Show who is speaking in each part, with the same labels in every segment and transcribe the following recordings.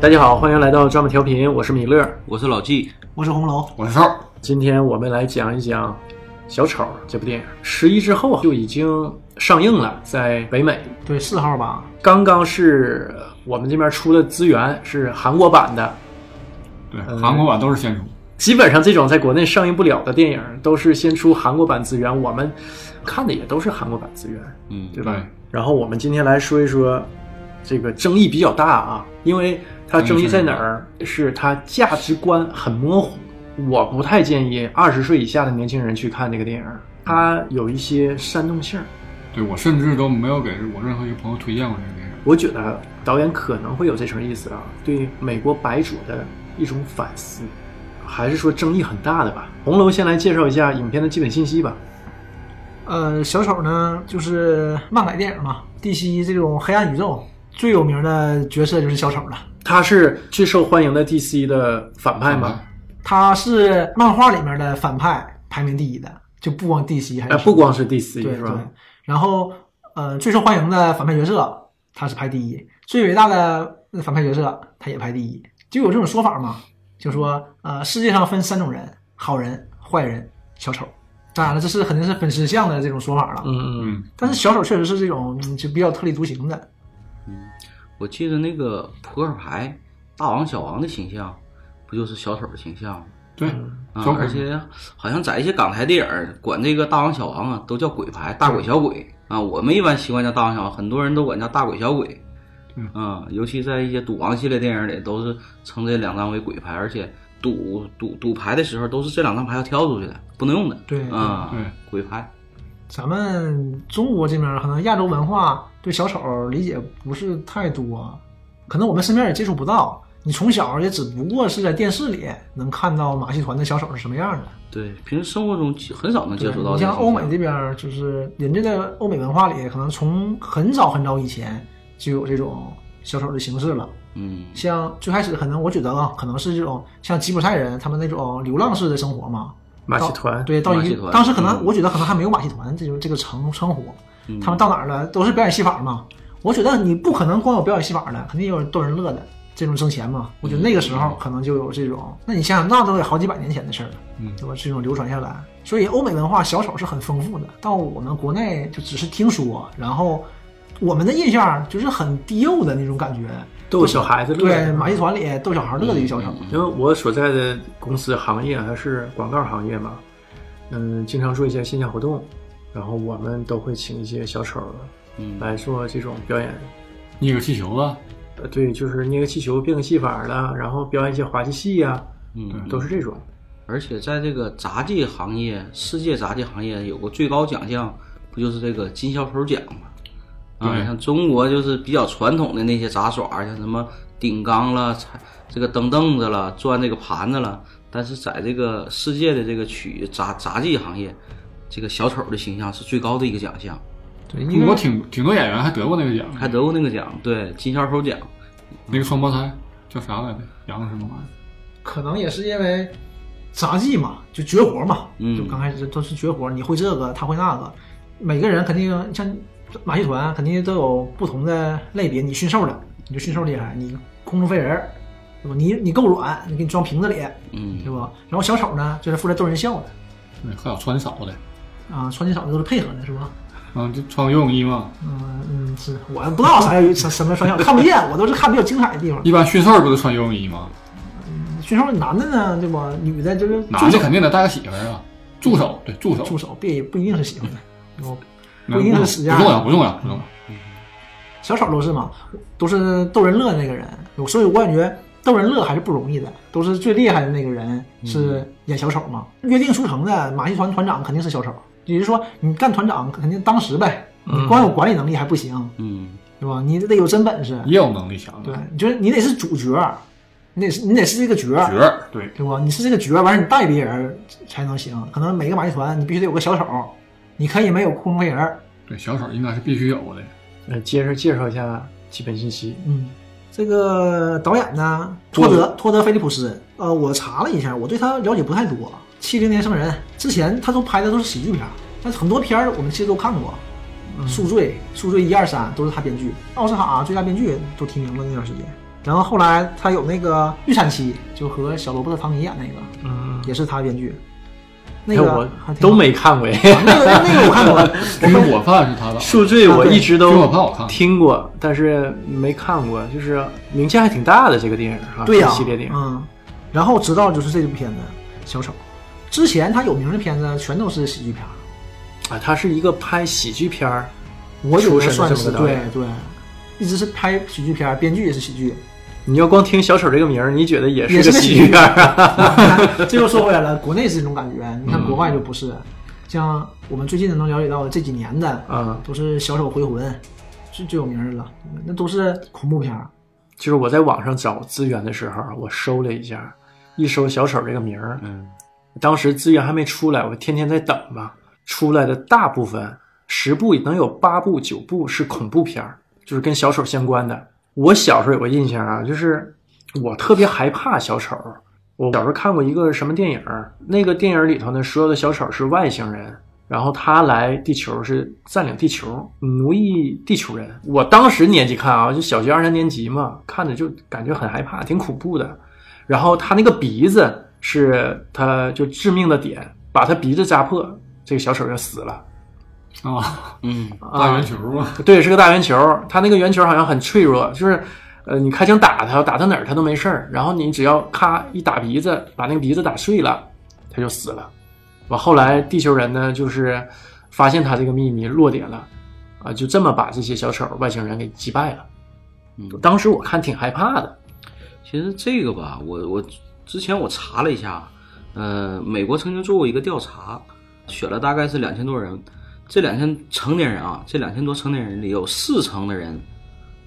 Speaker 1: 大家好，欢迎来到专门调频，我是米勒。
Speaker 2: 我是老纪，
Speaker 3: 我是红楼，
Speaker 4: 我是超儿，
Speaker 1: 今天我们来讲一讲《小丑》这部电影，十一之后啊就已经上映了，在北美
Speaker 3: 对四号吧，
Speaker 1: 刚刚是呃我们这边出的资源是韩国版的，
Speaker 4: 对，韩国版都是先出，
Speaker 1: 基本上这种在国内上映不了的电影都是先出韩国版资源，我们看的也都是韩国版资源。
Speaker 2: 嗯，
Speaker 1: 对吧？然后我们今天来说一说这个争议比较大啊，因为它争议在哪儿？是它价值观很模糊。我不太建议二十岁以下的年轻人去看这个电影，它有一些煽动性儿。
Speaker 4: 对我甚至都没有给我任何一个朋友推荐过这个电影。
Speaker 1: 我觉得导演可能会有这层意思啊，对美国白左的一种反思，还是说争议很大的吧。红楼先来介绍一下影片的基本信息吧。
Speaker 3: 呃，小丑呢就是漫改电影嘛，DC 这种黑暗宇宙最有名的角色就是小丑了。
Speaker 1: 他是最受欢迎的 DC 的反派吗？
Speaker 3: 他是漫画里面的反派排名第一的，就不光 DC 还
Speaker 1: 哎、
Speaker 3: 是
Speaker 1: 不光是 DC
Speaker 3: 对
Speaker 1: 是
Speaker 3: 对
Speaker 1: 吧？。
Speaker 3: 然后呃，最受欢迎的反派角色他是排第一，最伟大的反派角色他也排第一，就有这种说法嘛，就说呃世界上分三种人，好人、坏人、小丑。当然了，这是肯定是粉丝向的这种说法了。
Speaker 1: 嗯嗯。
Speaker 4: 嗯，
Speaker 3: 但是小丑确实是这种嗯就比较特立独行的，
Speaker 2: 我记得那个扑克牌大王小王的形象，不就是小丑的形象吗？
Speaker 4: 对，
Speaker 2: 啊
Speaker 4: 小，鬼
Speaker 2: 而且好像在一些港台电影儿管这个大王小王啊，都叫鬼牌，大鬼小鬼啊。我们一般习惯叫大王小王，很多人都管叫大鬼小鬼
Speaker 4: 嗯。
Speaker 2: 啊，尤其在一些赌王系列电影里，都是称这两张为鬼牌，而且赌赌赌牌的时候，都是这两张牌要挑出去的，不能用的。
Speaker 3: 对对
Speaker 2: 啊，
Speaker 4: 对
Speaker 2: 鬼牌。
Speaker 3: 咱们中国这边可能亚洲文化对小丑理解不是太多，可能我们身边也接触不到。你从小也只不过是在电视里能看到马戏团的小丑是什么样的，
Speaker 2: 对，平时生活中很少能接触到
Speaker 3: 你
Speaker 2: 这个
Speaker 3: 像欧美
Speaker 2: 形象
Speaker 3: 这边，就是人家的欧美文化里，可能从很早很早以前就有这种小丑的形式了。
Speaker 2: 嗯，
Speaker 3: 像最开始可能我觉得啊，可能是这种像吉普赛人他们那种流浪式的生活嘛，
Speaker 1: 马戏
Speaker 3: 到
Speaker 1: 团，
Speaker 3: 哦啊对，到
Speaker 2: 马
Speaker 3: 一
Speaker 2: 戏
Speaker 3: 个
Speaker 2: 团
Speaker 3: 当时可能
Speaker 2: 嗯
Speaker 3: 我觉得可能还没有马戏团这种这个称称呼，
Speaker 2: 嗯
Speaker 3: 他们到哪儿了都是表演戏法嘛。我觉得你不可能光有表演戏法的，肯定有逗人乐的这种挣钱嘛。我觉得那个时
Speaker 2: 嗯
Speaker 3: 候可能就有这种，那你想想，那都得好几百年前的事儿了，
Speaker 4: 嗯
Speaker 3: 对吧？这种流传下来，所以欧美文化小丑是很丰富的，到我们国内就只是听说，然后我们的印象就是很低幼的那种感觉。
Speaker 1: 逗小孩子乐。
Speaker 3: 对，马戏团里逗小孩乐的一个小丑，
Speaker 2: 嗯
Speaker 1: 因为我所在的公司行业还是广告行业嘛，嗯，经常做一些线下活动，然后我们都会请一些小丑
Speaker 2: 嗯
Speaker 1: 来做这种表演。
Speaker 4: 捏个气球啊，
Speaker 1: 呃，对，就是捏个气球变个戏法啦，然后表演一些滑稽戏呀、
Speaker 2: 嗯，
Speaker 1: 都是这种。
Speaker 2: 而且在这个杂技行业，世界杂技行业有个最高奖项，不就是这个金小丑奖吗？啊，
Speaker 4: 对
Speaker 2: 像中国就是比较传统的那些杂耍，像什么顶缸了、踩这个蹬凳子了、转这个盘子了，但是在这个世界的这个曲杂杂技行业，这个小丑的形象是最高的一个奖项，
Speaker 3: 对，因
Speaker 4: 中国
Speaker 3: 为
Speaker 4: 挺挺多演员还得过那个奖，
Speaker 2: 还得过那个奖，对，金小丑奖。
Speaker 4: 那个双胞胎叫啥来着？杨什么玩意儿？
Speaker 3: 可能也是因为杂技嘛，就绝活嘛，
Speaker 2: 嗯
Speaker 3: 就刚开始都是绝活，你会这个，他会那个，每个人肯定像马戏团肯定都有不同的类别，你驯兽的你就驯兽厉害，你空中飞人儿，对吧？你你够软，你给你装瓶子里，
Speaker 2: 嗯
Speaker 3: 对吧？然后小丑呢，就是负责逗人笑的
Speaker 4: 对，还有穿少的，
Speaker 3: 啊，穿金嫂子都是配合的，是吧？
Speaker 4: 啊，就穿游泳衣嘛。
Speaker 3: 嗯嗯，是我不知道啥叫什什么双向，看不见，我都是看比较精彩的地方。
Speaker 4: 一般驯兽不都穿游泳衣吗？
Speaker 3: 驯兽男的呢，对吧？女的就是
Speaker 4: 男的肯定得带个媳妇儿啊，助手，对，助手，
Speaker 3: 助手，别不一定是喜欢的，对吧？
Speaker 4: 那
Speaker 3: 不一定是死样
Speaker 4: 不重要，不重要，不重要。
Speaker 3: 小丑都是嘛，都是逗人乐的那个人，所以我感觉逗人乐还是不容易的，都是最厉害的那个人是
Speaker 4: 嗯
Speaker 3: 演小丑嘛。约定俗成的马戏团团长肯定是小丑，也就是说你干团长肯定当时呗，你
Speaker 4: 嗯
Speaker 3: 光有管理能力还不行，
Speaker 2: 嗯，
Speaker 3: 对吧？你得有真本事，
Speaker 4: 业务能力强
Speaker 3: 对
Speaker 4: 的，，
Speaker 3: 就是你得是主角，你得是你得是这个角，
Speaker 4: 角儿，对，
Speaker 3: 对吧？你是这个角，完事儿你带别人才能行。可能每个马戏团你必须得有个小丑，你可以没有空中飞人儿，
Speaker 4: 对，小丑应该是必须有的。
Speaker 1: 呃，接着介绍一下基本信息。
Speaker 3: 嗯，这个导演呢，托德托德菲利普斯，呃，我查了一下，我对他了解不太多。七零年生人，之前他都拍的都是喜剧片儿，但是很多片儿我们其实都看过，
Speaker 1: 嗯
Speaker 3: 宿醉》《宿醉》一二三都是他编剧，奥斯卡最佳编剧都提名了那段时间。然后后来他有那个预产期，就和小罗伯特·唐尼演那个，
Speaker 1: 嗯，
Speaker 3: 也是他编剧。那
Speaker 1: 哎
Speaker 3: 个还
Speaker 1: 我
Speaker 3: 挺好哦
Speaker 1: 都没看过，
Speaker 3: 那个那个我 看过，
Speaker 4: 其实我怕是他导，
Speaker 1: 恕罪，我一直
Speaker 4: 啊对
Speaker 1: 都
Speaker 4: 这个我看过
Speaker 1: 听过，但是没看过，就是名气还挺大的这个电影啊，
Speaker 3: 对呀、
Speaker 1: 这系列电影，
Speaker 3: 嗯，然后直到就是这部片子《小丑》，之前他有名的片子全都是喜剧片儿，
Speaker 1: 啊，他是一个拍喜剧片儿，
Speaker 3: 我觉
Speaker 1: 出
Speaker 3: 得
Speaker 1: 身的
Speaker 3: 算
Speaker 1: 这么
Speaker 3: 是
Speaker 1: 个导
Speaker 3: 对
Speaker 1: 演
Speaker 3: 对，一直是拍喜剧片儿，编剧也是 喜剧。
Speaker 1: 你要光听小丑这个名儿，你觉得也
Speaker 3: 也
Speaker 1: 是
Speaker 3: 是
Speaker 1: 个
Speaker 3: 个
Speaker 1: 喜
Speaker 3: 喜剧
Speaker 1: 剧片儿 啊？
Speaker 3: 这又说回来了，国内是这种感觉，
Speaker 1: 嗯
Speaker 3: 你看国外就不是。像我们最近能了解到的这几年的，
Speaker 1: 嗯，
Speaker 3: 都是《小丑回魂》，是最有名儿的了，那都是恐怖片儿。
Speaker 1: 就是我在网上找资源的时候，我搜了一下，一搜小丑这个名儿，
Speaker 2: 嗯，
Speaker 1: 当时资源还没出来，我天天在等吧。出来的大部分十部能有八部九部是恐怖片儿，就是跟小丑相关的。我小时候有个印象啊，就是我特别害怕小丑。我小时候看过一个什么电影儿，那个电影里头呢，所有的小丑是外星人，然后他来地球是占领地球，奴役地球人。我当时年纪看啊，就小学二三年级嘛，看着就感觉很害怕，挺恐怖的。然后他那个鼻子是他就致命的点，把他鼻子扎破，这个小丑就死了。
Speaker 4: 啊，
Speaker 2: 嗯，
Speaker 4: 大
Speaker 1: 啊
Speaker 4: 圆，球嘛，
Speaker 1: 对，是个大圆球，他那个圆球好像很脆弱，就是。呃，你开枪打他，打他哪儿他都没事儿。然后你只要咔一打鼻子，把那个鼻子打碎了，他就死了。完后来地球人呢，就是发现他这个秘密落点了，啊，就这么把这些小丑外星人给击败了。
Speaker 2: 嗯
Speaker 1: 当时我看挺害怕的。
Speaker 2: 其实这个吧，我我之前我查了一下，呃，美国曾经做过一个调查，选了大概是两千多人，这两千成年人啊，这两千多成年人里有四成的人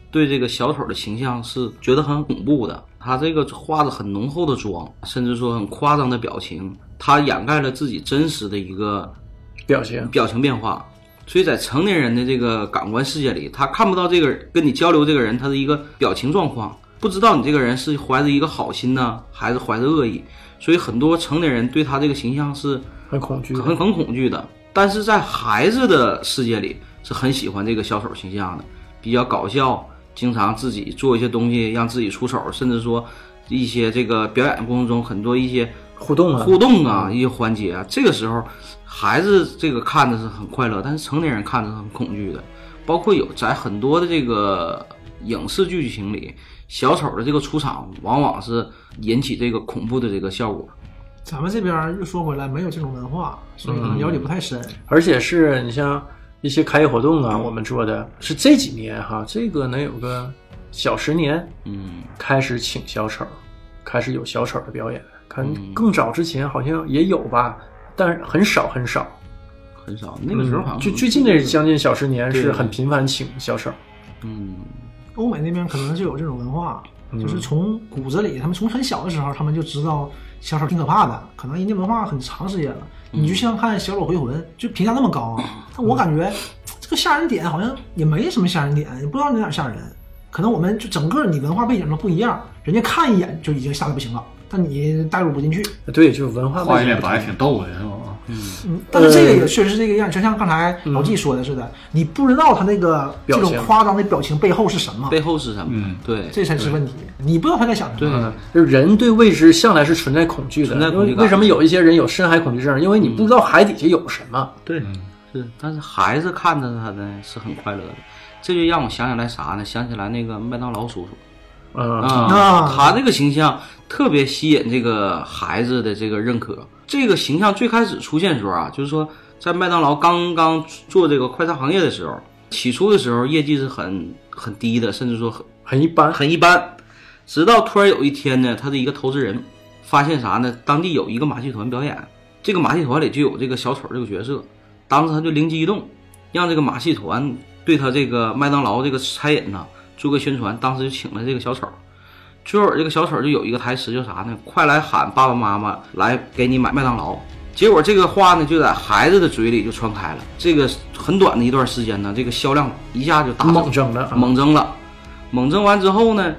Speaker 2: 对这个小丑的形象是觉得很恐怖的，他这个化着很浓厚的妆，甚至说很夸张的表情，他掩盖了自己真实的一个
Speaker 1: 表情，
Speaker 2: 表情变化。所以在成年人的这个感官世界里，他看不到这个人跟你交流这个人他的一个表情状况，不知道你这个人是怀着一个好心呢，还是怀着恶意。所以很多成年人对他这个形象是
Speaker 1: 很恐惧，
Speaker 2: 很很恐惧的。但是在孩子的世界里，是很喜欢这个小丑形象的，比较搞笑，经常自己做一些东西让自己出手，甚至说一些这个表演过程中很多一些
Speaker 1: 互动啊，
Speaker 2: 互动啊，一些环节啊，这个时候孩子这个看着是很快乐，但是成年人看着是很恐惧的。包括有在很多的这个影视剧情里，小丑的这个出场往往是引起这个恐怖的这个效果。
Speaker 3: 咱们这边儿又说回来，没有这种文化，所以
Speaker 1: 嗯
Speaker 3: 可能了解不太深。
Speaker 1: 而且是你像一些开业活动
Speaker 2: 嗯
Speaker 1: 啊，我们做的是这几年哈，这个能有个小十年
Speaker 2: 嗯，
Speaker 1: 开始请小丑，开始有小丑的表演。看
Speaker 2: 嗯
Speaker 1: 更早之前好像也有吧，但是很少很少。嗯
Speaker 2: 很少。那个时候好像
Speaker 1: 就最近这将近小十年
Speaker 2: 对
Speaker 1: 是很频繁请小丑，
Speaker 2: 嗯，
Speaker 3: 欧美那边可能就有这种文化，
Speaker 1: 嗯
Speaker 3: 就是从骨子里，他们从很小的时候，他们就知道小丑挺可怕的，可能人家文化很长时间了。你就像看《小丑回魂》，就评价那么高啊，但我感觉这个吓人点好像也没什么吓人点，也不知道哪点吓人。可能我们就整个你文化背景都不一样，人家看一眼就已经吓得不行了，但你代入不进去。
Speaker 1: 对，就文化
Speaker 4: 画
Speaker 1: 背
Speaker 4: 一
Speaker 1: 景
Speaker 4: 脸
Speaker 1: 不
Speaker 4: 白
Speaker 1: 同啊
Speaker 4: 挺逗的是吧？
Speaker 3: 嗯，但是这个也确实是这个样，就像刚才老纪说的似的，你不知道他那个这
Speaker 1: 表
Speaker 3: 种
Speaker 1: 情
Speaker 3: 夸张的表情背后是什么，
Speaker 2: 背后是什么？
Speaker 4: 嗯
Speaker 2: 对，
Speaker 3: 这才是问题。你不知道他在想什么。
Speaker 2: 对
Speaker 1: 嗯，就是人对未知向来是存在恐惧的。
Speaker 2: 存在恐
Speaker 1: 因
Speaker 2: 惧
Speaker 1: 为
Speaker 2: 感嗯
Speaker 1: 为什么有一些人有深海恐惧症？因为你不知道海底下有什么。
Speaker 2: 对，是，但是孩子看着他呢是很快乐的，这就让我想起来啥呢？想起来那个麦当劳叔叔
Speaker 1: 嗯，
Speaker 3: 啊
Speaker 2: 他这个形象特别吸引这个孩子的这个认可。这个形象最开始出现的时候啊，就是说在麦当劳刚刚做这个快餐行业的时候，起初的时候业绩是很很低的，甚至说很
Speaker 1: 很一般。
Speaker 2: 很一般。直到突然有一天呢，他的一个投资人发现啥呢？当地有一个马戏团表演，这个马戏团里就有这个小丑这个角色。当时他就灵机一动，让这个马戏团对他这个麦当劳这个餐饮呢做个宣传。当时就请了这个小丑。最后这个小丑就有一个台词，叫啥呢？快来喊爸爸妈妈来给你买麦当劳。结果这个话呢，就在孩子的嘴里就传开了。这个很短的一段时间呢，这个销量一下就大增
Speaker 1: 猛整了啊，
Speaker 2: 猛蒸了，猛蒸完之后呢，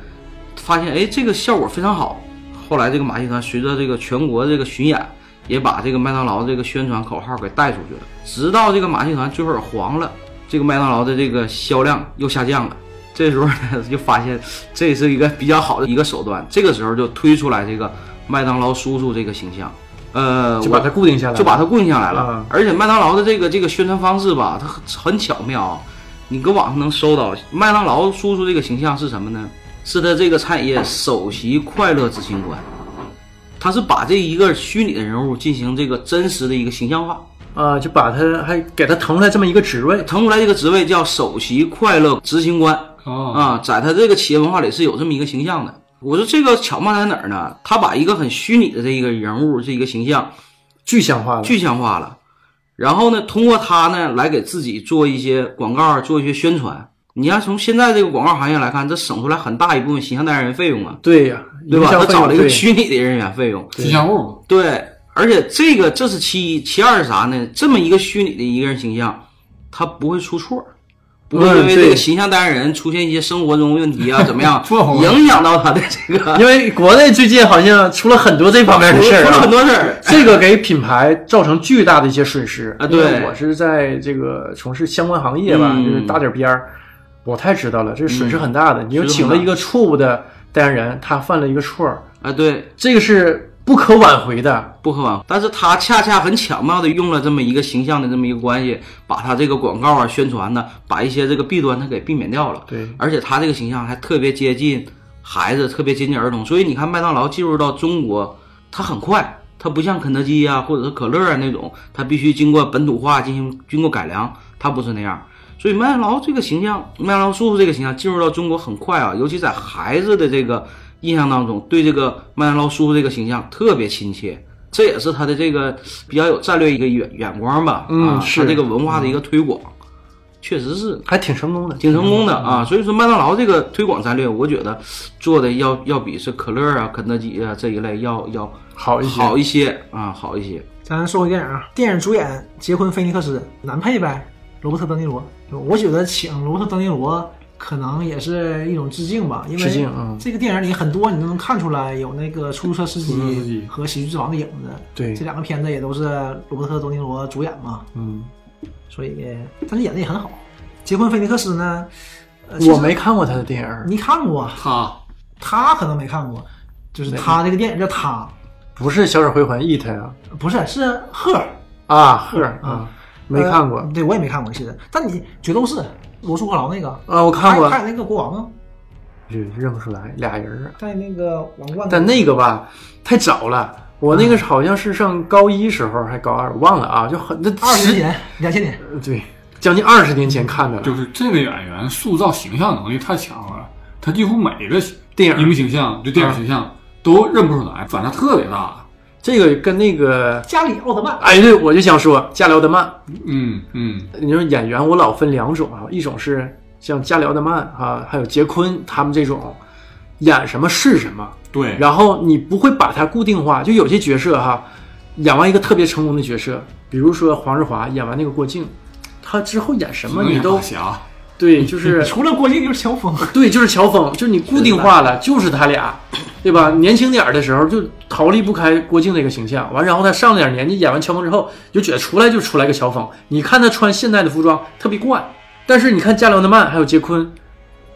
Speaker 2: 发现哎这个效果非常好。后来这个马戏团随着这个全国这个巡演，也把这个麦当劳这个宣传口号给带出去了。直到这个马戏团最后黄了，这个麦当劳的这个销量又下降了。这时候呢，就发现这是一个比较好的一个手段。这个时候就推出来这个麦当劳叔叔这个形象，呃，
Speaker 1: 就把它固定下来
Speaker 2: 我
Speaker 1: 了，
Speaker 2: 就把它固定下来了。
Speaker 1: 啊
Speaker 2: 而且麦当劳的这个这个宣传方式吧，它很很巧妙，啊你搁网上能搜到麦当劳叔叔这个形象是什么呢？是他这个餐饮业首席快乐执行官，他是把这一个虚拟的人物进行这个真实的一个形象化。
Speaker 1: 啊，就把它还给它腾出来这么一个职位，
Speaker 2: 腾出来这个职位叫首席快乐执行官
Speaker 1: 哦嗯
Speaker 4: 啊，
Speaker 2: 啊，在他这个企业文化里是有这么一个形象的。我说这个巧妙在哪儿呢？他把一个很虚拟的这个人物这一个形象
Speaker 1: 具象化了。
Speaker 2: 具象化了，然后呢，通过他呢来给自己做一些广告，做一些宣传。你要从现在这个广告行业来看，这省出来很大一部分形象代言人费用啊，
Speaker 1: 对呀、
Speaker 2: 对吧？
Speaker 1: 营销
Speaker 2: 他
Speaker 1: 费用
Speaker 2: 找了一个啊
Speaker 1: 对
Speaker 2: 虚拟的人员费用，
Speaker 4: 吉祥物
Speaker 2: 对，而且这个这是其一，其二是啥呢？这么一个虚拟的一个人形象，他不会出错，不
Speaker 1: 嗯
Speaker 2: 会因为这个形象代言人出现一些生活中问题啊，怎 么样
Speaker 4: 错红了
Speaker 2: 影响到他的这个
Speaker 1: 因为国内最近好像出了很多这方面的事儿、
Speaker 2: 出了
Speaker 1: 啊
Speaker 2: 很，多事儿。
Speaker 1: 这个给品牌造成巨大的一些损失
Speaker 2: 啊
Speaker 1: 因为
Speaker 2: 对
Speaker 1: 我是在这个从事相关行业吧，
Speaker 2: 嗯
Speaker 1: 就是搭点边儿，我太知道了，这损失很大的。你又
Speaker 2: 损失
Speaker 1: 请
Speaker 2: 很
Speaker 1: 了
Speaker 2: 大
Speaker 1: 一个错误的代言人，他犯了一个错儿，
Speaker 2: 啊，对，
Speaker 1: 这个是不可挽回的。
Speaker 2: 不可挽回。但是他恰恰很巧妙的用了这么一个形象的这么一个关系，把他这个广告啊、宣传呢，把一些这个弊端他给避免掉了。
Speaker 1: 对，
Speaker 2: 而且他这个形象还特别接近孩子，特别接近儿童，所以你看麦当劳进入到中国，它很快，它不像肯德基呀、或者是可乐啊那种，它必须经过本土化进行经过改良，它不是那样。所以麦当劳这个形象，麦当劳叔叔这个形象进入到中国很快啊，尤其在孩子的这个印象当中，对这个麦当劳叔叔这个形象特别亲切。这也是他的这个比较有战略一个眼眼光吧，
Speaker 1: 嗯
Speaker 2: 啊，
Speaker 1: 是
Speaker 2: 他这个文化的一个推广，确实是
Speaker 1: 还挺成功的。
Speaker 2: 挺成功的啊。所以说麦当劳这个推广战略，我觉得做的要要比是可乐啊、肯德基啊这一类要要
Speaker 1: 好一些，
Speaker 2: 好一些啊，好一些。
Speaker 3: 咱说回电影啊，电影主演杰昆·菲尼克斯，男配呗，罗伯特·登尼罗。我觉得请罗伯特·登尼罗可能也是一种致敬吧，因
Speaker 1: 致敬
Speaker 3: 为
Speaker 1: 嗯
Speaker 3: 这个电影里很多你都能看出来有那个出租车司
Speaker 4: 出租车司
Speaker 3: 机
Speaker 4: 机
Speaker 3: 和喜剧之王的影子。
Speaker 1: 对
Speaker 3: 这两个片子也都是罗伯特·登尼罗主演嘛，
Speaker 1: 嗯，
Speaker 3: 所以但是演的也很好。杰昆·菲尼克斯呢，呃
Speaker 1: 我没看过他的电影，
Speaker 3: 你看过，
Speaker 4: 他
Speaker 3: 他可能没看过，就是他这个电影叫他，
Speaker 1: 不是《小丑回魂》《It》啊
Speaker 3: 不是是赫尔。
Speaker 1: 啊，赫尔啊，没看过
Speaker 3: 嗯呃对我也没看过，其实。但你《决斗士》罗素·克劳那个，
Speaker 1: 啊，我看过
Speaker 3: 他，演那个国王啊，
Speaker 1: 认不出来俩人啊。
Speaker 3: 在那个王冠。
Speaker 1: 但那个吧，太早了。我
Speaker 3: 嗯
Speaker 1: 那个是好像是上高一时候，还高二，我忘了啊，就很那
Speaker 3: 二十
Speaker 1: 十
Speaker 3: 年前，两千年，
Speaker 1: 对，将近二十年前看的了。
Speaker 4: 就是这个演员塑造形象能力太强了，他几乎每一个
Speaker 1: 电影嗯
Speaker 4: 荧幕形象就电影形象都认不出来，反差特别大。
Speaker 1: 这个跟那个，
Speaker 3: 加里奥特曼。
Speaker 1: 哎，对，我就想说加里奥特曼。
Speaker 4: 嗯嗯，
Speaker 1: 你说演员，我老分两种啊，一种是像加里奥特曼啊，还有杰昆他们这种，演什么是什么，
Speaker 4: 对，
Speaker 1: 然后你不会把它固定化。就有些角色哈，演完一个特别成功的角色，比如说黄日华演完那个过境，他之后演什么你都
Speaker 4: 侠，
Speaker 1: 对，就是
Speaker 3: 除了郭靖就是乔峰，
Speaker 1: 对，就是乔峰，就是你固定化了，就是他 俩，对吧？年轻点儿的时候就逃离不开郭靖这个形象，完，然后他上了点年纪，演完乔峰之后，就觉得出来就出来个乔峰。你看他穿现代的服装特别怪，但是你看加里奥特曼还有杰昆，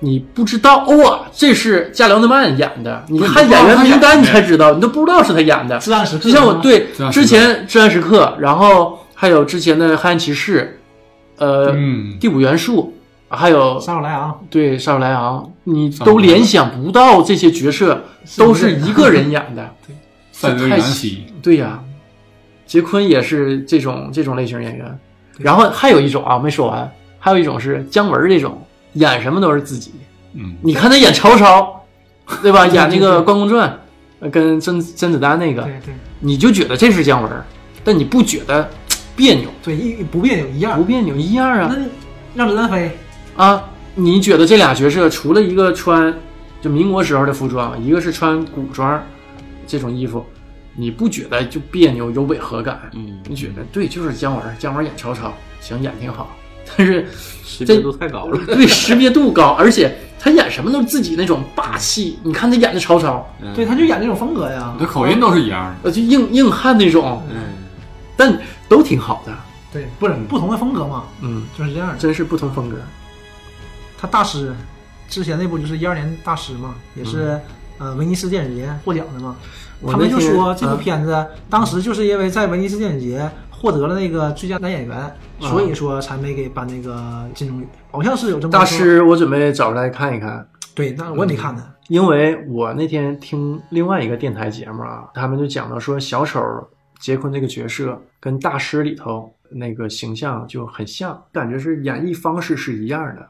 Speaker 1: 你不知道哇，这是加里奥特曼演的，你
Speaker 4: 对
Speaker 1: 看
Speaker 4: 你不知道
Speaker 1: 演员名单
Speaker 4: 他演
Speaker 1: 你
Speaker 4: 的
Speaker 1: 才知道，你都不知道 是他演的。
Speaker 3: 至暗 时刻。
Speaker 1: 就像我对
Speaker 4: 至暗时
Speaker 1: 之
Speaker 4: 刻
Speaker 1: 前《至暗时刻》，然后还有之前的《黑暗骑士》，呃，
Speaker 4: 嗯，
Speaker 1: 第五元素，还有
Speaker 3: 杀手莱昂，
Speaker 1: 对，沙鲁莱昂，你
Speaker 4: 萨
Speaker 1: 都
Speaker 4: 姆莱昂
Speaker 1: 联想不到这些角色都是一个 人演的。
Speaker 4: 赛德元熙，
Speaker 1: 对呀、杰昆也是这种这种类型演员。然后还有一种啊，没说完，还有一种是姜文这种演什么都是自己。
Speaker 4: 嗯，
Speaker 1: 你看他演曹操，对吧？演那个《关公传》呃，跟甄甄子丹那个，
Speaker 3: 对对
Speaker 1: 你就觉得这是姜文，但你不觉得别扭，
Speaker 3: 对，一不别扭一样
Speaker 1: 不。别扭一样啊
Speaker 3: 那让子弹飞，
Speaker 1: 啊！你觉得这俩角色除了一个穿就民国时候的服装，一个是穿古装这种衣服，你不觉得就别扭有违和感？
Speaker 2: 嗯，
Speaker 1: 你觉得对，就是姜文，姜文演曹操，行，演挺好，但是
Speaker 2: 识
Speaker 1: 这
Speaker 2: 别度太高了。
Speaker 1: 对识别度高，而且他演什么都是自己那种霸气。你看他演的曹操，
Speaker 2: 嗯
Speaker 3: 对，他就演这种风格呀
Speaker 4: 你。的口音都是一样的。
Speaker 1: 呃，就硬硬汉那种，
Speaker 2: 嗯，
Speaker 1: 但都挺好的，
Speaker 3: 对，不是不同的风格嘛，
Speaker 1: 嗯，
Speaker 3: 就是这样的。
Speaker 1: 真是不同风格。
Speaker 3: 他大师，之前那部就是一二年大师嘛，也是、呃威尼斯电影节获奖的嘛。
Speaker 1: 嗯我
Speaker 3: 他们
Speaker 1: 那
Speaker 3: 就
Speaker 1: 天
Speaker 3: 说这部
Speaker 1: 啊
Speaker 3: 片子当时就是因为在威尼斯电影节获得了那个最佳男演员，所以说才没给颁那个金棕榈，好像是有这
Speaker 1: 嗯
Speaker 3: 么
Speaker 1: 大
Speaker 3: 说。
Speaker 1: 师，我准备找出来看一看，
Speaker 3: 对，那我也没看呢。
Speaker 1: 因为我那天听另外一个电台节目啊，他们就讲到说小丑杰昆这个角色跟大师里头那个形象就很像，感觉是演绎方式是一样的。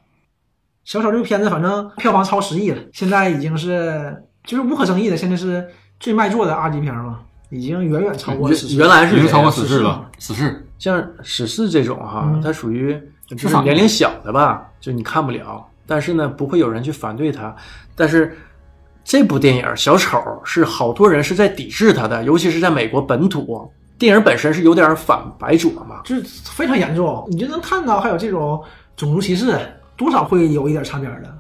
Speaker 3: 小丑这部片子反正票房超十亿了，现在已经是就是无可争议的，现在是最卖座的二级片嘛，已经远远超过
Speaker 4: 原
Speaker 3: 史诗。
Speaker 1: 原来
Speaker 4: 已
Speaker 1: 是
Speaker 4: 经
Speaker 1: 这
Speaker 4: 超
Speaker 1: 样
Speaker 4: 过死侍了，死侍
Speaker 1: 像史诗这种哈，
Speaker 3: 嗯
Speaker 1: 它属于就
Speaker 4: 市
Speaker 1: 是
Speaker 4: 场
Speaker 1: 年龄小的吧，就你看不了，但是呢，不会有人去反对它。但是这部电影《小丑》是好多人是在抵制它的，尤其是在美国本土，电影本身是有点反白左嘛。
Speaker 3: 就是非常严重，你就能看到还有这种种族歧视，多少会有一点擦边儿的。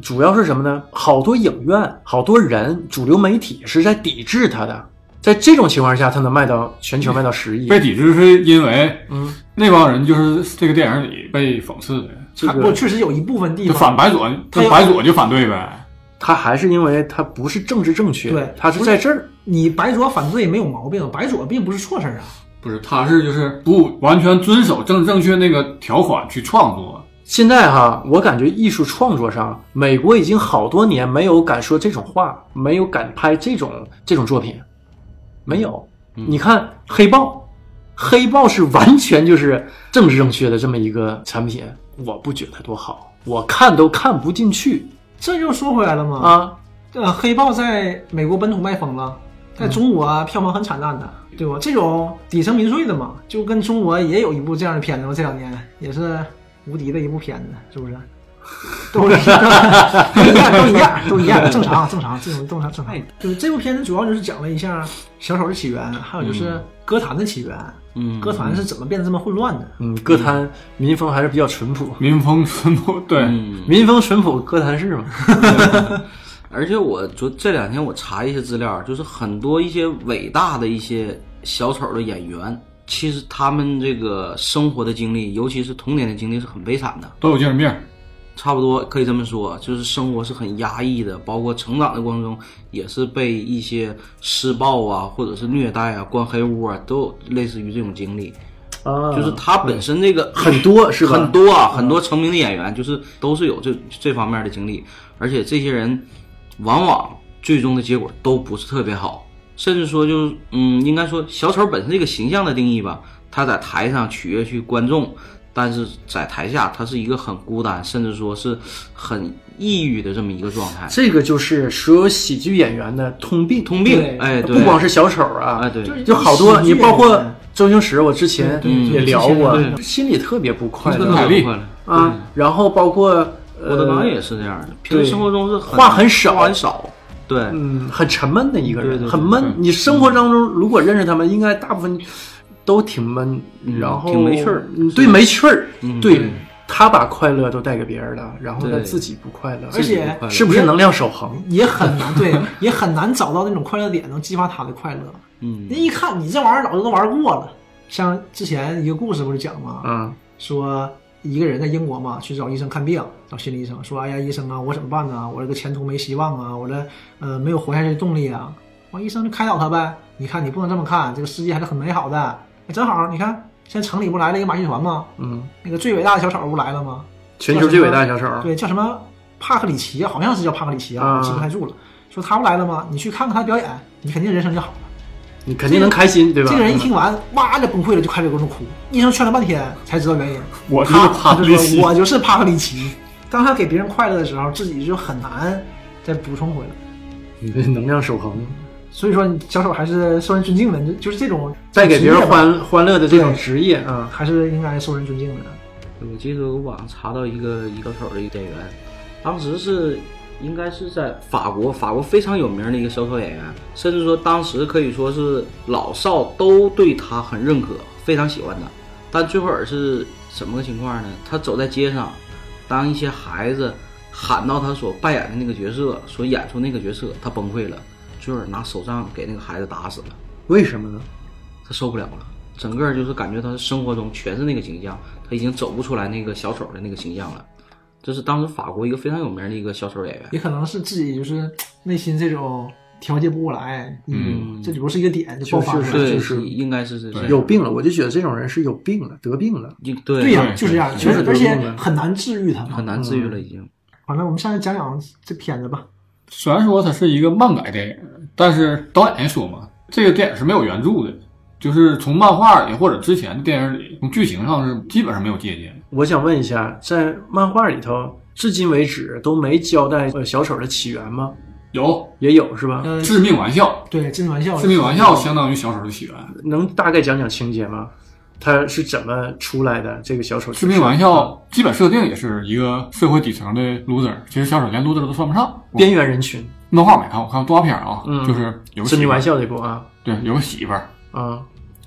Speaker 1: 主要是什么呢？好多影院、好多人、主流媒体是在抵制它的。在这种情况下，它能卖到全球卖到十亿
Speaker 4: 被，抵制是因为
Speaker 1: 嗯，
Speaker 4: 那帮人就是这个电影里被讽刺的，
Speaker 1: 这
Speaker 3: 韩
Speaker 1: 个
Speaker 3: 国确实有一部分地
Speaker 4: 就
Speaker 3: 方
Speaker 4: 反白左，
Speaker 3: 他
Speaker 4: 那
Speaker 3: 要
Speaker 4: 白左就反对呗。
Speaker 1: 它还是因为它不是政治正确，
Speaker 3: 对
Speaker 1: 它是在这儿。
Speaker 3: 你白左反对没有毛病，白左并不是错事儿啊。
Speaker 4: 不是，他是就是不完全遵守正正确那个条款去创作，
Speaker 1: 现在哈，我感觉艺术创作上，美国已经好多年没有敢说这种话，没有敢拍这种这种作品，没有。你看《黑豹》，《黑豹》是完全就是政治正确的这么一个产品，我不觉得多好，我看都看不进去
Speaker 3: 这就说回来了嘛，
Speaker 1: 啊。
Speaker 3: 呃，黑豹在美国本土卖疯了，
Speaker 2: 嗯
Speaker 3: 在中国、啊票房很惨淡的，对吧？这种底层民粹的嘛，就跟中国也有一部这样的片子嘛，这两年也是无敌的一部片子，是不是？都是都一样，都一样，都一样，正常，正常，这种正常正
Speaker 2: 哎
Speaker 3: 常。就是这部片子主要就是讲了一下小丑的起源，还有就是歌坛的起源，
Speaker 2: 嗯，
Speaker 3: 歌坛是怎么变得这么混乱的。
Speaker 1: 嗯，歌坛民风还是比较淳朴，
Speaker 4: 民风淳朴。 对，
Speaker 2: 嗯，
Speaker 1: 民风淳朴，歌坛是嘛？
Speaker 2: 而且我昨这两天我查一些资料，就是很多一些伟大的一些小丑的演员，其实他们这个生活的经历，尤其是童年的经历是很悲惨的，
Speaker 4: 都有精神病。
Speaker 2: 差不多可以这么说，就是生活是很压抑的，包括成长的过程中也是被一些施暴啊，或者是虐待啊、关黑屋啊，都有类似于这种经历。
Speaker 1: 啊，
Speaker 2: 就是他本身这个
Speaker 1: 很多是吧？嗯
Speaker 2: 很多啊，很多成名的演员就是都是有这这方面的经历，而且这些人往往最终的结果都不是特别好，甚至说就是嗯，应该说小丑本身这个形象的定义吧，他在台上取悦去观众，但是在台下他是一个很孤单，甚至说是很抑郁的这么一个状态。
Speaker 1: 这个就是所有喜剧演员的通病，
Speaker 2: 通病
Speaker 3: 对，
Speaker 2: 哎，对，
Speaker 1: 不光是小丑啊，
Speaker 2: 哎，对，
Speaker 1: 就好多，
Speaker 3: 喜剧
Speaker 1: 你包括
Speaker 3: 演员
Speaker 1: 周星驰，我之前
Speaker 3: 对
Speaker 2: 对
Speaker 1: 也聊过
Speaker 3: 对，
Speaker 1: 心里特别不快
Speaker 4: 特别
Speaker 1: 乐
Speaker 4: 不
Speaker 2: 快乐。
Speaker 1: 啊。然后包括
Speaker 2: 我的狼
Speaker 1: 呃，
Speaker 2: 也是这样的，平时生活中是很
Speaker 1: 话很少
Speaker 2: 话很少，对，
Speaker 1: 嗯，很沉闷的一个
Speaker 2: 对对
Speaker 1: 人，
Speaker 2: 对
Speaker 1: 很闷
Speaker 4: 对。
Speaker 1: 你生活当中如果认识他们，应该大部分都挺闷，
Speaker 2: 嗯
Speaker 1: 然后
Speaker 2: 挺没趣儿
Speaker 1: 嗯对，没趣儿
Speaker 2: 嗯，
Speaker 1: 对
Speaker 2: 对。
Speaker 1: 他把快乐都带给别人了，然后他
Speaker 2: 对
Speaker 1: 自己不快乐，
Speaker 3: 而且
Speaker 2: 快乐
Speaker 1: 是不是能量守
Speaker 2: 嗯
Speaker 1: 恒？
Speaker 3: 也很难，对，也很难找到那种快乐点能激发他的快乐。
Speaker 2: 嗯
Speaker 3: 人一看你这玩意儿早就都玩过了。像之前一个故事不是讲吗？
Speaker 1: 嗯，
Speaker 3: 说一个人在英国嘛，去找医生看病，找心理医生，说：“哎呀，医生啊，我怎么办呢？我这个前途没希望啊，我这呃没有活下去的动力啊。”完，医生就开导他呗。你看，你不能这么看，这个世界还是很美好的。哎正好，你看现在城里不来了一个马戏团吗？
Speaker 1: 嗯，
Speaker 3: 那个最伟大的小丑不来了吗？
Speaker 1: 全球最伟大的小丑，
Speaker 3: 对，叫什么帕克里奇啊，好像是叫帕克里奇
Speaker 1: 啊
Speaker 3: 啊，我记不太住了。说他不来了吗？你去看看他的表演，你肯定人生就好了。
Speaker 1: 你肯定能开心，对吧？
Speaker 3: 这个人一听完，哇就崩溃了，就开始各种哭。医生劝了半天才知道原因，
Speaker 4: 我就是
Speaker 3: 他
Speaker 4: 帕克
Speaker 3: 就
Speaker 4: 里
Speaker 3: 说
Speaker 4: 奇
Speaker 3: 我就是帕克里奇。当他给别人快乐的时候，自己就很难再补充回来。
Speaker 1: 你这嗯 能量守恒，
Speaker 3: 所以说，小丑还是受人尊敬的，就就是这种
Speaker 1: 带给别
Speaker 3: 职
Speaker 1: 人
Speaker 3: 业吧，
Speaker 1: 欢欢乐的这种职业啊。
Speaker 3: 还是应该受人尊敬的。
Speaker 2: 我记得我网上查到一个一个手的一个演员，当时是应该是在法国，法国非常有名的一个小丑演员，甚至说当时可以说是老少都对他很认可，非常喜欢他。但最后尔是什么个情况呢？他走在街上，当一些孩子喊到他所扮演的那个角色，所演出那个角色，他崩溃了，最后尔拿手杖给那个孩子打死了。
Speaker 1: 为什么呢？
Speaker 2: 他受不了了，整个就是感觉他生活中全是那个形象，他已经走不出来那个小丑的那个形象了。这是当时法国一个非常有名的一个小丑演员。
Speaker 3: 也可能是自己就是内心这种调节不过来，
Speaker 4: 嗯
Speaker 3: 这里边是一个点就爆发
Speaker 1: 就
Speaker 3: 出来。
Speaker 2: 对，
Speaker 1: 就是
Speaker 2: 应该是这
Speaker 4: 对
Speaker 1: 有病了，我就觉得这种人是有病了，得病了。
Speaker 2: 就对
Speaker 3: 对呀、
Speaker 4: 对
Speaker 3: 就是这样，
Speaker 4: 对
Speaker 3: 就是
Speaker 1: 对
Speaker 3: 而且
Speaker 1: 对对
Speaker 3: 很难治愈他
Speaker 2: 很
Speaker 3: 们。
Speaker 2: 难治愈了已经。
Speaker 3: 完了，我们现在讲讲这片子吧。
Speaker 4: 虽然说它是一个漫改电影，但是导演说嘛，这个电影是没有原著的，就是从漫画里或者之前的电影里，从剧情上是基本上没有借鉴。
Speaker 1: 我想问一下，在漫画里头，至今为止都没交代呃小丑的起源吗？
Speaker 4: 有
Speaker 1: 也有是吧？
Speaker 3: 呃，
Speaker 4: 致命玩笑，
Speaker 3: 对，致命玩笑，
Speaker 4: 致命玩笑相当于小丑的起源。
Speaker 1: 能大概讲讲情节吗？他是怎么出来的？这个小丑
Speaker 4: 致命玩笑基本设定也是一个社会底层的 loser，其实小丑连 loser 都算不上。
Speaker 1: 边缘人群，
Speaker 4: 漫画没看，我看过动画片啊，
Speaker 1: 嗯
Speaker 4: 就是有个
Speaker 1: 致
Speaker 4: 媳
Speaker 1: 命
Speaker 4: 妇儿
Speaker 1: 玩笑这部啊
Speaker 4: 对，有个媳妇儿，
Speaker 1: 啊，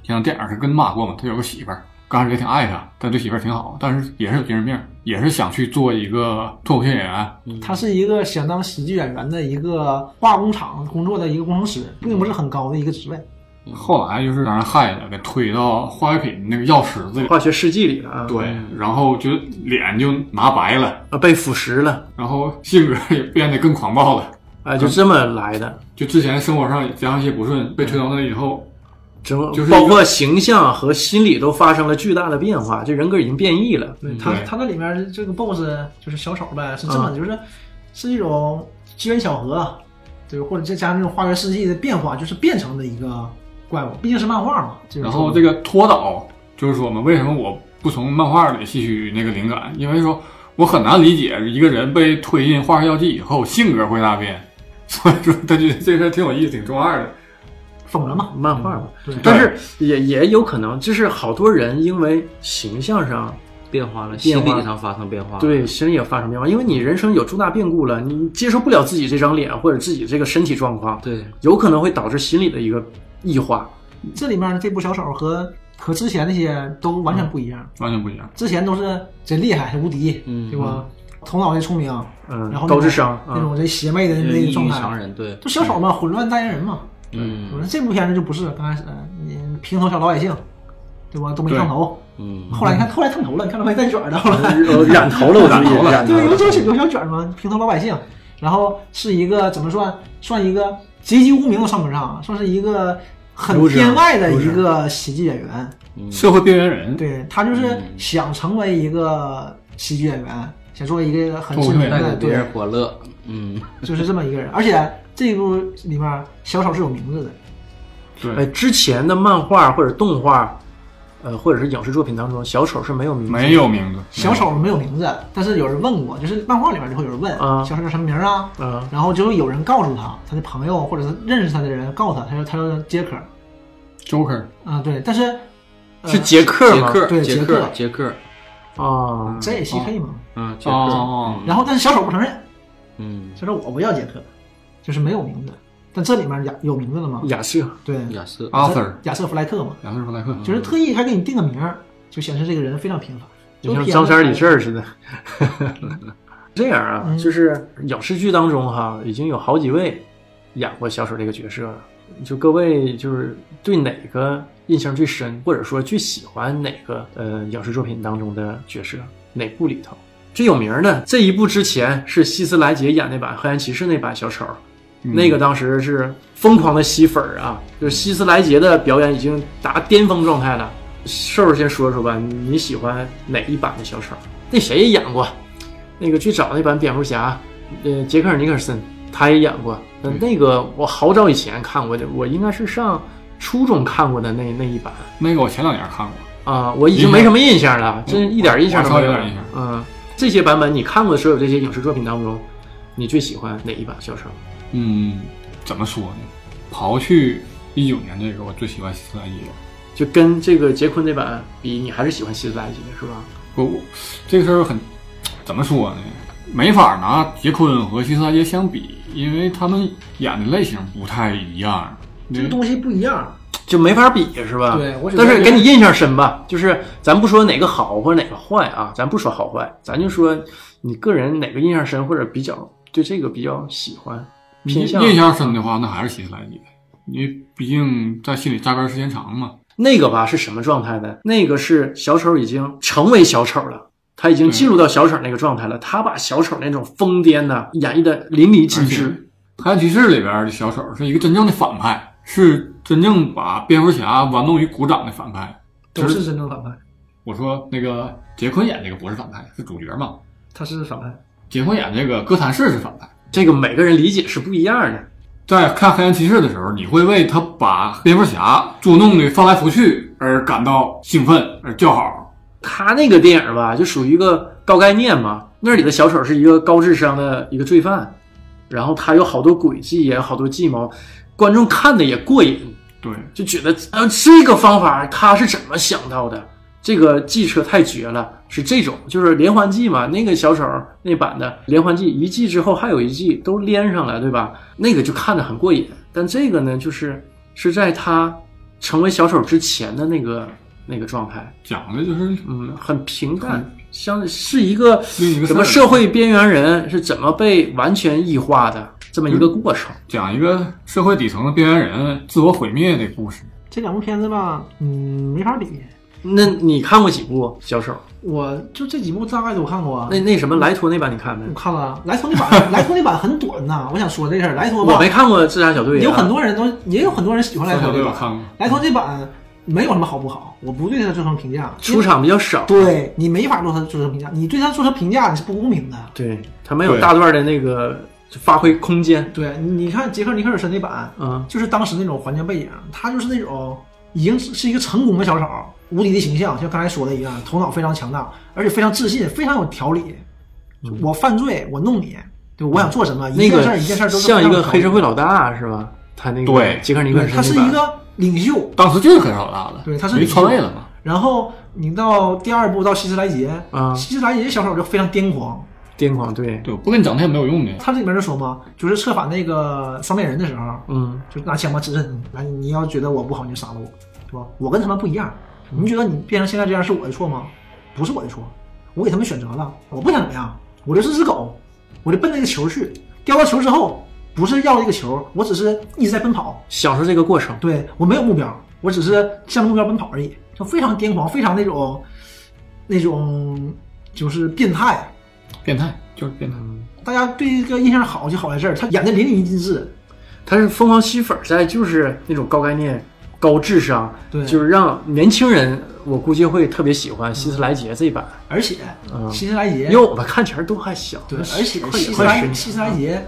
Speaker 4: 像电影是跟骂过嘛，他有个媳妇儿，刚开始也挺爱他，但对媳妇儿挺好，但是也是有精神病，也是想去做一个脱口秀演员，
Speaker 3: 他是一个想当喜剧演员的一个化工厂工作的一个工程师，并不是很高的一个职位。
Speaker 4: 后来就是让人害的，给推到化学品那个药池子里，
Speaker 1: 化学世纪里了啊，
Speaker 4: 对，然后就脸就拿白了，
Speaker 1: 啊被腐蚀了
Speaker 4: 然后性格也变得更狂暴了，
Speaker 1: 啊，就这么来的。
Speaker 4: 就之前生活上也加上一些不顺，被推到那里以后，
Speaker 1: 整
Speaker 4: 就是
Speaker 1: 包
Speaker 4: 一个
Speaker 1: 括形象和心理都发生了巨大的变化，这人格已经变异了。
Speaker 3: 对他
Speaker 4: 对，
Speaker 3: 他这里面这个 BOSS 就是小丑呗，是这么的，就是是一种机缘巧合，对，或者再加上这种化学世纪的变化，就是变成的一个怪物，毕竟是漫画嘛。这种
Speaker 4: 然后这个托导就是说嘛，为什么我不从漫画里吸取那个灵感？因为说我很难理解一个人被推进化学药剂以后性格会大变， 所以说他就这个挺有意思，挺中二的。
Speaker 3: 疯了嘛，
Speaker 1: 漫画嘛，
Speaker 4: 嗯
Speaker 3: 对
Speaker 1: 但是也也有可能，就是好多人因为形象上
Speaker 2: 变化了，
Speaker 1: 变
Speaker 2: 心
Speaker 1: 化
Speaker 2: 理上发生变化。，
Speaker 1: 对心理也发生变化，因为你人生有重大变故了，你接受不了自己这张脸或者自己这个身体状况，
Speaker 2: 对，
Speaker 1: 有可能会导致心理的一个异化。
Speaker 3: 这里面这部小丑和和之前那些都完全不一样，
Speaker 4: 完全不一样，
Speaker 3: 之前都是真厉害，无敌，
Speaker 2: 嗯
Speaker 3: 对吧？头脑也聪明，
Speaker 1: 嗯
Speaker 3: 然后那，种
Speaker 1: 高智商
Speaker 3: 那
Speaker 1: 啊，
Speaker 3: 种这邪魅的那
Speaker 2: 异
Speaker 3: 个状
Speaker 2: 于
Speaker 3: 态，
Speaker 2: 常人，对，
Speaker 3: 就小丑嘛，混乱代言人嘛。我
Speaker 2: 嗯
Speaker 3: 说这部片子就不是刚开始呃你平头小老百姓，对吧？都没烫头，
Speaker 2: 嗯，
Speaker 3: 后来你看后来烫头了，你看到没带卷儿的后来，
Speaker 1: 呃染头了，我
Speaker 4: 染
Speaker 1: 注
Speaker 4: 头
Speaker 1: 意
Speaker 4: 了
Speaker 1: 染头
Speaker 3: 对，有
Speaker 1: 了。
Speaker 3: 小有小卷儿嘛，平头老百姓，然后是一个怎么算算一个籍籍无名都算不上，啊算是一个很
Speaker 2: 啊
Speaker 3: 天外的一个喜剧演员。
Speaker 4: 社会边缘人，
Speaker 3: 对他
Speaker 2: 嗯
Speaker 3: 就是想成为一个喜剧演员，想做一个很知名
Speaker 4: 对
Speaker 2: 带
Speaker 3: 的，
Speaker 2: 给别
Speaker 3: 对，
Speaker 2: 人欢乐，嗯，
Speaker 3: 就是这么一个人。而且这一部里面小丑是有名字的，
Speaker 4: 对，
Speaker 1: 哎，之前的漫画或者动画，呃，或者是影视作品当中，小丑是没有名字的
Speaker 4: 没有名字，
Speaker 3: 小丑没有名字，但是有人问过，就是漫画里面就会有人问、
Speaker 1: 啊
Speaker 3: 小丑叫什么名儿啊，
Speaker 1: 啊，
Speaker 3: 然后就会有人告诉他，他的朋友或者是认识他的人告诉他，他说他说杰克，
Speaker 4: Joker
Speaker 3: 啊对，但是、呃、
Speaker 1: 是杰克
Speaker 2: 杰
Speaker 1: 吗？
Speaker 2: 克，
Speaker 3: 对
Speaker 2: 杰
Speaker 3: 杰
Speaker 2: 克
Speaker 3: 克，
Speaker 2: 杰克，
Speaker 1: 啊，
Speaker 3: 这也 C K 嘛，
Speaker 2: 嗯，杰
Speaker 4: 哦
Speaker 2: 克，
Speaker 4: 哦
Speaker 3: 然后但是小丑不承认，
Speaker 2: 嗯，
Speaker 3: 小丑我不要杰克，就是没有名字，但这里面亚有名字了吗？
Speaker 1: 亚瑟
Speaker 3: 对
Speaker 2: 亚瑟，
Speaker 4: 哦，Arthur
Speaker 3: 亚瑟弗莱特嘛，
Speaker 4: 亚瑟弗莱克，
Speaker 1: 嗯
Speaker 3: 就是特意还给你定个名儿，就显示这个人非常平凡，
Speaker 1: 就
Speaker 3: 都
Speaker 1: 像
Speaker 3: 偏
Speaker 1: 张三
Speaker 3: 了
Speaker 1: 李四似的。 这样啊，
Speaker 3: 嗯
Speaker 1: 就是影视剧当中哈，已经有好几位演过小丑这个角色了。就各位就是对哪个印象最深，或者说最喜欢哪个呃影视作品当中的角色，哪部里头最有名儿的？这一部之前是希斯莱杰演那版《黑暗骑士》那版小丑，
Speaker 4: 嗯
Speaker 1: 那个当时是疯狂的吸粉儿啊，就是希斯莱杰的表演已经达巅峰状态了。瘦儿先说说吧，你喜欢哪一版的小丑？那谁也演过，那个最早那版蝙蝠侠，呃，杰克尔尼克森他也演过。呃
Speaker 4: 嗯
Speaker 1: 那个我好早以前看过的，我应该是上初中看过的那那一版
Speaker 4: 嗯那个我前两年看过，
Speaker 1: 啊、我已经没什么印象了，真一点印象都没
Speaker 4: 我
Speaker 1: 有
Speaker 4: 稍微有点印象。
Speaker 1: 嗯，这些版本你看过的所有这些影视作品当中，你最喜欢哪一版小丑？
Speaker 4: 嗯，怎么说呢？刨去一九年这个，我最喜欢希斯莱杰。
Speaker 1: 就跟这个杰昆这版比，你还是喜欢希斯莱杰是吧？
Speaker 4: 我我这个事儿很怎么说呢？没法拿杰昆和希斯莱杰相比，因为他们演的类型不太一样。
Speaker 3: 这个东西不一样，
Speaker 1: 就没法比是吧？
Speaker 3: 对我觉得
Speaker 1: 但是给你印象深吧，就是咱不说哪个好或者哪个坏啊，咱不说好坏，咱就说你个人哪个印象深或者比较对这个比较喜欢偏向
Speaker 4: 印象深的话，那还是希斯莱杰，因为毕竟在心里扎根时间长嘛。
Speaker 1: 那个吧是什么状态呢？那个是小丑已经成为小丑了，他已经进入到小丑那个状态了，他把小丑那种疯癫呢演绎的淋漓尽致。
Speaker 4: 黑暗骑士里边的小丑是一个真正的反派，是真正把蝙蝠侠玩弄于股掌的反派。
Speaker 3: 都是真正反派，
Speaker 4: 我说那个杰昆演这个不是反派，是主角嘛。
Speaker 3: 他是反派。
Speaker 1: 嗯
Speaker 4: 杰昆演这个哥谭市是反派。
Speaker 1: 这个每个人理解是不一样的。
Speaker 4: 在看黑暗骑士的时候，你会为他把蝙蝠侠捉弄的翻来覆去而感到兴奋而叫好。
Speaker 1: 他那个电影吧，就属于一个高概念嘛。那里的小丑是一个高智商的一个罪犯，然后他有好多诡计，也有好多计谋，观众看的也过瘾，
Speaker 4: 对，
Speaker 1: 就觉得啊这个方法他是怎么想到的？这个计策太绝了，是这种，就是连环计嘛。那个小丑那版的连环计，一计之后还有一计都连上了，对吧？那个就看着很过瘾。但这个呢，就是是在他成为小丑之前的那个那个状态，
Speaker 4: 讲的就是
Speaker 1: 嗯，很平淡，像是一个
Speaker 4: 另一个
Speaker 1: 什么
Speaker 4: 事儿
Speaker 1: 社会边缘人是怎么被完全异化的这么一个过程。
Speaker 4: 讲一个社会底层的边缘人自我毁灭的故事。
Speaker 3: 这两部片子吧，嗯，没法比。
Speaker 1: 那你看过几部小丑？
Speaker 3: 我就这几部大概都看过啊。
Speaker 1: 那那什么莱托那版你看没
Speaker 3: 我？看了啊莱托那 版，莱托那版很短呐。我想说这事儿，莱托
Speaker 1: 我
Speaker 3: 吧
Speaker 1: 没，看过自杀小队、啊，
Speaker 3: 有很多人都也有很多人喜欢莱
Speaker 4: 三
Speaker 3: 托
Speaker 4: 小队
Speaker 3: 这
Speaker 4: 我
Speaker 3: 版。
Speaker 1: 啊
Speaker 4: 看过，
Speaker 3: 莱托这版没有什么好不好，我不对他做成评价。
Speaker 1: 出场比较少，
Speaker 3: 对你没法做他做成评价，你对他做成评价你是不公平的。
Speaker 1: 对他没有大段的那个发挥空间。
Speaker 3: 对，你看杰克尼克尔森那版，
Speaker 1: 嗯，
Speaker 3: 就是当时那种环境背景，他就是那种已经是一个成功的小丑，无敌的形象，像刚才说的一样，头脑非常强大，而且非常自信，非常有条理。我犯罪，我弄你，对，我想做什么，一
Speaker 1: 嗯那
Speaker 3: 件事儿
Speaker 1: 个
Speaker 3: 一件事儿都是
Speaker 1: 像一个黑社会
Speaker 3: 老，
Speaker 1: 老大是吧？他那个
Speaker 4: 对
Speaker 1: 杰克尼克
Speaker 3: 对，
Speaker 1: 尔
Speaker 3: 他是
Speaker 1: 森
Speaker 3: 一
Speaker 1: 那版，
Speaker 3: 个领袖。
Speaker 4: 当时就是很老大的，
Speaker 3: 对他是
Speaker 4: 因为篡位了嘛。
Speaker 3: 然后你到第二部到希斯莱杰，
Speaker 1: 啊
Speaker 3: 希斯莱杰小丑就非常癫狂，
Speaker 1: 癫狂对，
Speaker 4: 对，我不跟你讲那也没有用的。
Speaker 3: 他这里面就说嘛，就是策反那个双面人的时候，
Speaker 1: 嗯，
Speaker 3: 就拿枪嘛指着你，来，你要觉得我不好，你就杀了我，是吧？我跟他们不一样，你们觉得你变成现在这样是我的错吗？不是我的错，我给他们选择了，我不想怎么样，我就是只狗，我就奔那个球去，叼到球之后，不是要这个球，我只是一直在奔跑，
Speaker 1: 享受这个过程。
Speaker 3: 对我没有目标，我只是向着目标奔跑而已，就非常癫狂，非常那种，那种就是变态。
Speaker 4: 变态就是变态，
Speaker 3: 大家对这个印象好就好在这儿，他演的淋漓尽致，
Speaker 1: 他是疯狂吸粉儿，在就是那种高概念、高智商，
Speaker 3: 对
Speaker 1: 就是让年轻人，我估计会特别喜欢希斯莱杰这一版，
Speaker 3: 而且
Speaker 1: 嗯
Speaker 3: 希斯莱杰
Speaker 1: 因为我们看前儿都还小，
Speaker 3: 对，
Speaker 1: 那
Speaker 3: 而且
Speaker 1: 快
Speaker 3: 希斯
Speaker 1: 快十
Speaker 3: 莱
Speaker 1: 年
Speaker 3: 希斯莱
Speaker 1: 了
Speaker 3: 杰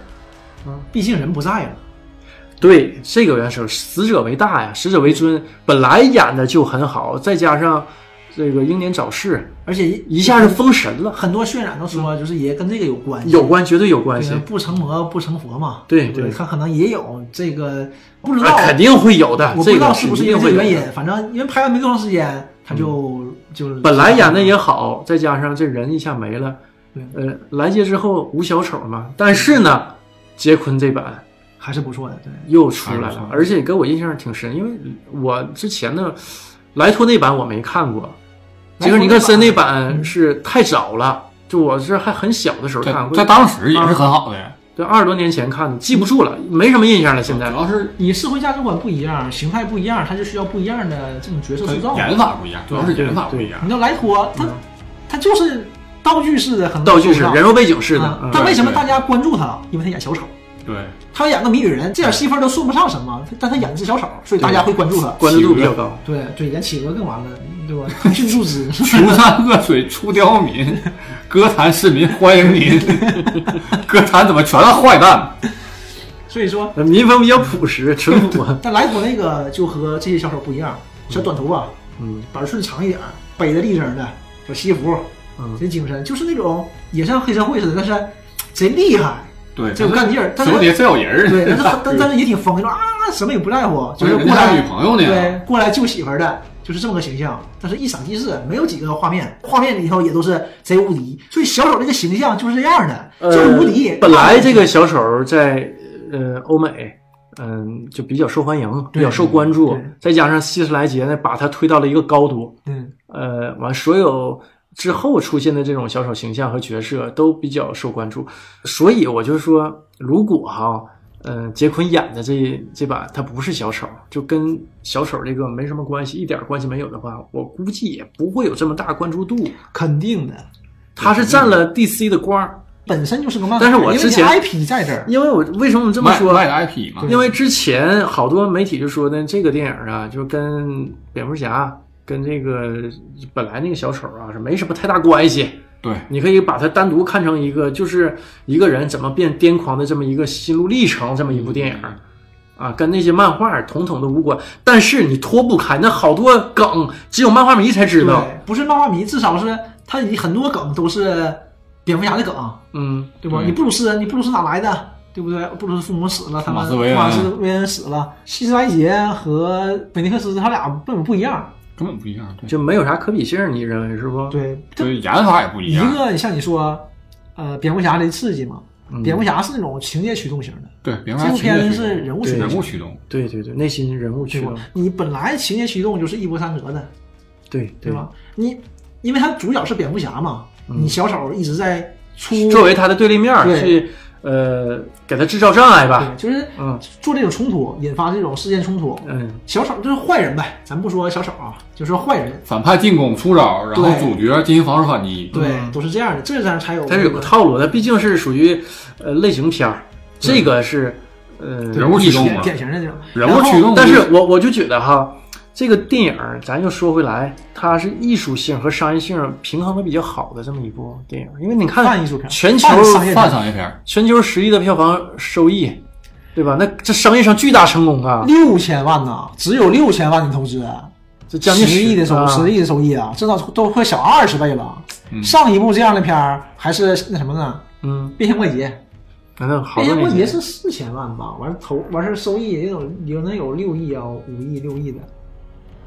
Speaker 1: 嗯，
Speaker 3: 毕竟人不在了，
Speaker 1: 对这个元首，死者为大呀，死者为尊，本来演的就很好，再加上这个英年早逝，
Speaker 3: 而且一
Speaker 1: 一下就封神了，
Speaker 3: 很多渲染都说就是也跟这个有关系，
Speaker 1: 有关绝对有关系
Speaker 3: 对，不成魔不成佛嘛，
Speaker 1: 对
Speaker 3: 对，
Speaker 1: 对
Speaker 3: 他可能也有这个不知
Speaker 1: 那
Speaker 3: 道，
Speaker 1: 啊肯定会有的，
Speaker 3: 啊我不
Speaker 1: 这
Speaker 3: 知
Speaker 1: 个
Speaker 3: 道是不
Speaker 1: 一
Speaker 3: 是因
Speaker 1: 定
Speaker 3: 为
Speaker 1: 会
Speaker 3: 这个原
Speaker 1: 有
Speaker 3: 因
Speaker 1: 的。，嗯
Speaker 3: 反正因为拍完没多长时间，他就就是
Speaker 1: 本来演的也好，再加上这人一下没了，
Speaker 3: 对
Speaker 1: 呃，来接之后无小丑嘛，但是呢，杰昆这版
Speaker 3: 还是不错的，对，
Speaker 1: 又出来
Speaker 4: 还不
Speaker 1: 了
Speaker 4: 错，
Speaker 1: 而且给我印象挺深，因为我之前的莱托那版我没看过，杰克尼克森那版是太早了，就我是还很小的时候
Speaker 4: 在
Speaker 1: 看，
Speaker 4: 在
Speaker 1: 过，
Speaker 4: 当时也是很好的，
Speaker 1: 对，二十多年前看的，记不住了，没什么印象了。现
Speaker 4: 主
Speaker 1: 在
Speaker 4: 要是
Speaker 3: 你社会价值观不一样，形态不一样，他就需要不一样的这种角色
Speaker 1: 呃
Speaker 3: 塑造。
Speaker 4: 演法不一样，主要是演法不一样
Speaker 3: 你。知道莱托他他就是道具式的，很
Speaker 1: 嗯道具是
Speaker 3: 塑造
Speaker 1: 人肉背景似的，
Speaker 3: 啊
Speaker 1: 嗯
Speaker 3: 但为什么
Speaker 4: 对
Speaker 3: 大家关注他？因为他演小丑，
Speaker 4: 对，
Speaker 3: 他要演个谜语人，这点戏份都算不上什么，但他演的是小丑，所以大家会关注他。
Speaker 1: 关注度比较高。
Speaker 3: 嗯对对，演企鹅更完了，对 吧？腾讯注资，
Speaker 4: 穷山恶水出刁民， 歌坛市民欢迎您。 歌坛怎么全是坏蛋？
Speaker 3: 所以说，
Speaker 1: 呃民风比较朴实淳朴，
Speaker 3: 但莱托那个就和这些小丑不一样，小短头啊发，
Speaker 1: 嗯，
Speaker 3: 板寸长一点，背的立正的，小西服，
Speaker 1: 嗯
Speaker 3: 贼精神，就是那种也像黑社会似的，但是贼厉害，
Speaker 4: 对，
Speaker 3: 贼有干劲儿，但
Speaker 4: 手底
Speaker 3: 是
Speaker 4: 下真有人儿。
Speaker 3: 对，但是但但是也挺疯，那种啊什么也不在乎，就是
Speaker 4: 人
Speaker 3: 过
Speaker 4: 家
Speaker 3: 来
Speaker 4: 还有女朋友呢
Speaker 1: 啊
Speaker 3: 对，过来救媳妇儿的，就是这么个形象。但是一闪即逝，没有几个画面，画面里头也都是贼无敌。所以小丑这个形象就是这样的，就是无敌。
Speaker 1: 呃本来这个小丑在呃欧美，嗯、就比较受欢迎，比较受关注
Speaker 3: 对，
Speaker 1: 再加上希斯莱杰呢，把他推到了一个高度，
Speaker 3: 嗯，
Speaker 1: 呃，完所有之后出现的这种小丑形象和角色都比较受关注，所以我就说，如果哈、嗯、杰昆演的这这版他不是小丑，就跟小丑这个没什么关系，一点关系没有的话，我估计也不会有这么大关注度。
Speaker 3: 肯定的。
Speaker 1: 他是占了 DC 的光儿。
Speaker 3: 本身就是个漫画，
Speaker 1: 但是我
Speaker 3: 因为
Speaker 1: 之
Speaker 3: 你
Speaker 1: 前
Speaker 3: IP 在这儿，
Speaker 1: 因为我为什么这么
Speaker 4: 卖
Speaker 1: 说？
Speaker 4: 卖的 IP
Speaker 3: 啊
Speaker 4: 嘛，
Speaker 1: 因为之前好多媒体就说呢，这个电影啊，就跟蝙蝠侠、跟这个本来那个小丑啊是没什么太大关系。
Speaker 4: 对，
Speaker 1: 你可以把它单独看成一个，就是一个人怎么变癫狂的这么一个心路历程，这么一部电影，啊，跟那些漫画统统都无关。但是你脱不开，那好多梗只有漫画迷才知道。
Speaker 3: 对，不是漫画迷，至少是他很多梗都是蝙蝠侠的梗，
Speaker 1: 嗯，
Speaker 3: 对吧？
Speaker 4: 对
Speaker 3: 你布鲁斯，你布鲁斯哪来的？对不对？布鲁斯父母死了，他们
Speaker 4: 马斯韦恩
Speaker 1: 啊
Speaker 3: 马斯韦恩死了，希斯莱杰和维尼克斯他俩根本不一样。
Speaker 4: 根本不一样，对，
Speaker 1: 就没有啥可比性，你认为是不？
Speaker 3: 对，这
Speaker 4: 对，演法也不
Speaker 3: 一
Speaker 4: 一样，
Speaker 3: 个像你说，呃，蝙蝠侠的刺激嘛，蝙蝠侠是那种情节驱动型的，
Speaker 4: 对，蝙蝠
Speaker 3: 这
Speaker 4: 侠
Speaker 3: 部
Speaker 4: 情节
Speaker 3: 片
Speaker 4: 驱
Speaker 3: 子是
Speaker 4: 动
Speaker 3: 人物
Speaker 1: 对
Speaker 3: 驱动
Speaker 4: 人
Speaker 3: 型
Speaker 4: 物
Speaker 3: 的，
Speaker 4: 驱动，
Speaker 1: 对对对，内心人物驱
Speaker 3: 对吧
Speaker 1: 动，？
Speaker 3: 你本来情节驱动就是一波三折的，
Speaker 1: 对
Speaker 3: 对？吧？你因为他主角是蝙蝠侠嘛，你小丑一直在出
Speaker 1: 作为他的对立面儿
Speaker 3: 对
Speaker 1: 去，呃，给他制造障碍吧。
Speaker 3: 对，就是
Speaker 1: 嗯
Speaker 3: 做这种冲突，引发这种事件冲突。
Speaker 1: 嗯，
Speaker 3: 小丑就是坏人呗，咱不说小丑啊，就说坏人，
Speaker 4: 反派进攻出招，然后
Speaker 3: 对
Speaker 4: 主角进行防守反击，
Speaker 3: 对，
Speaker 1: 嗯
Speaker 3: 都是这样的，这样才有。
Speaker 1: 它是有个套路，它毕竟是属于呃类型片儿，这个是呃
Speaker 4: 人物驱动
Speaker 3: 典
Speaker 4: 嘛，
Speaker 3: 典型的这种
Speaker 4: 人物驱动，
Speaker 1: 但是我我就觉得哈，这个电影儿咱又说回来，它是艺术性和商业性平衡的比较好的这么一部电影，因为你看
Speaker 3: 泛艺术片
Speaker 1: 全球
Speaker 3: 泛商业
Speaker 4: 泛商业片儿，
Speaker 1: 全球十亿的票房收益，对吧？那这商业上巨大成功啊，
Speaker 3: 六千万呐，只有六千万的投资，啊
Speaker 1: 这将近
Speaker 3: 十亿的收
Speaker 1: 啊
Speaker 3: 十亿的收益啊，这都都快小二十倍了。
Speaker 4: 嗯
Speaker 3: 上一部这样的片儿还是那什么呢？
Speaker 1: 嗯，
Speaker 3: 变形怪杰，
Speaker 1: 难道好
Speaker 3: 变
Speaker 1: 多
Speaker 3: 形怪
Speaker 1: 年
Speaker 3: 杰
Speaker 1: 前
Speaker 3: 是四千万吧？完了投完事儿收益也有有能有六亿啊，五亿六亿的，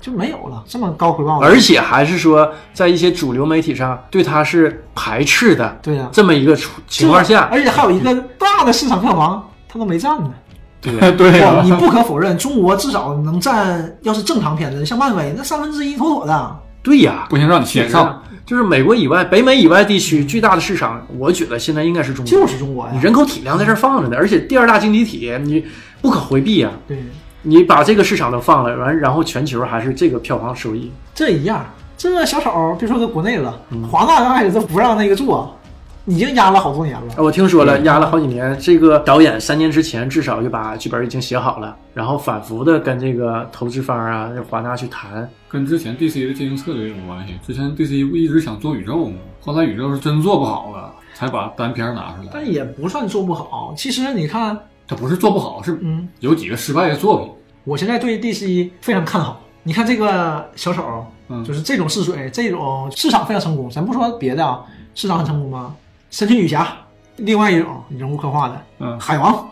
Speaker 3: 就没有了这么高回报的。
Speaker 1: 而且还是说在一些主流媒体上对它是排斥的，
Speaker 3: 对呀
Speaker 1: 这么一个处情况下，
Speaker 3: 而且还有一个大的市场票房，它都没占 呢。
Speaker 4: 对对
Speaker 3: 哇
Speaker 4: 啊
Speaker 3: 你不可否认，中国至少能占，要是正常片子，像漫威那三分之一妥妥的。
Speaker 1: 对呀，
Speaker 4: 不行让你先上，
Speaker 1: 就是美国以外、北美以外地区巨大的市场，我觉得现在应该是中国，
Speaker 3: 就是中国呀
Speaker 1: 你人口体量在这儿放着呢，而且第二大经济体，你不可回避呀、
Speaker 3: 对，
Speaker 1: 你把这个市场都放了，完，然后全球还是这个票房收益，
Speaker 3: 这一样，这小丑别说搁国内了，
Speaker 4: 嗯
Speaker 3: 华纳刚开始都不让那个做，已经压了好多年了
Speaker 1: 啊。我听说了，压了好几年。这个导演三年之前至少就把剧本已经写好了，然后反复的跟这个投资方啊、华纳去谈，
Speaker 4: 跟之前 DC 的经营策略有关系。之前 DC 不一直想做宇宙吗？后来宇宙是真做不好了，才把单片儿拿出来。
Speaker 3: 但也不算做不好。其实你看，
Speaker 4: 它不是做不好，是
Speaker 3: 嗯，
Speaker 4: 有几个失败的作品。
Speaker 3: 我现在对 DC 非常看好。你看这个小丑，
Speaker 4: 嗯
Speaker 3: 就是这种试水，这种市场非常成功。咱不说别的啊，市场很成功吗？神奇女侠，另外一种人物刻画的，
Speaker 4: 嗯，
Speaker 3: 海王，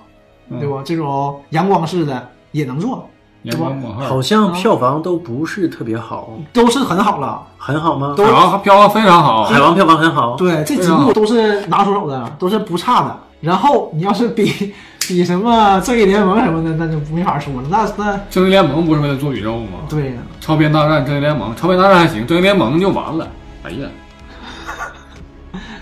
Speaker 4: 嗯
Speaker 3: 对吧？这种阳光式的也能做，
Speaker 4: 阳光漫画，
Speaker 1: 好像票房都不是特别好，
Speaker 3: 都是很好了。
Speaker 1: 很好吗？
Speaker 4: 海王票房非常好，
Speaker 1: 海王票房很好，
Speaker 3: 对，这
Speaker 1: 啊
Speaker 3: 几部都是拿出手的，都是不差的。然后你要是比比什么正义联盟什么的，那就没法说了。那那
Speaker 4: 正义联盟不是为了做宇宙吗？
Speaker 3: 对呀、
Speaker 4: 超编大战、正义联盟，超编大战还行，正义联盟就完了。哎呀，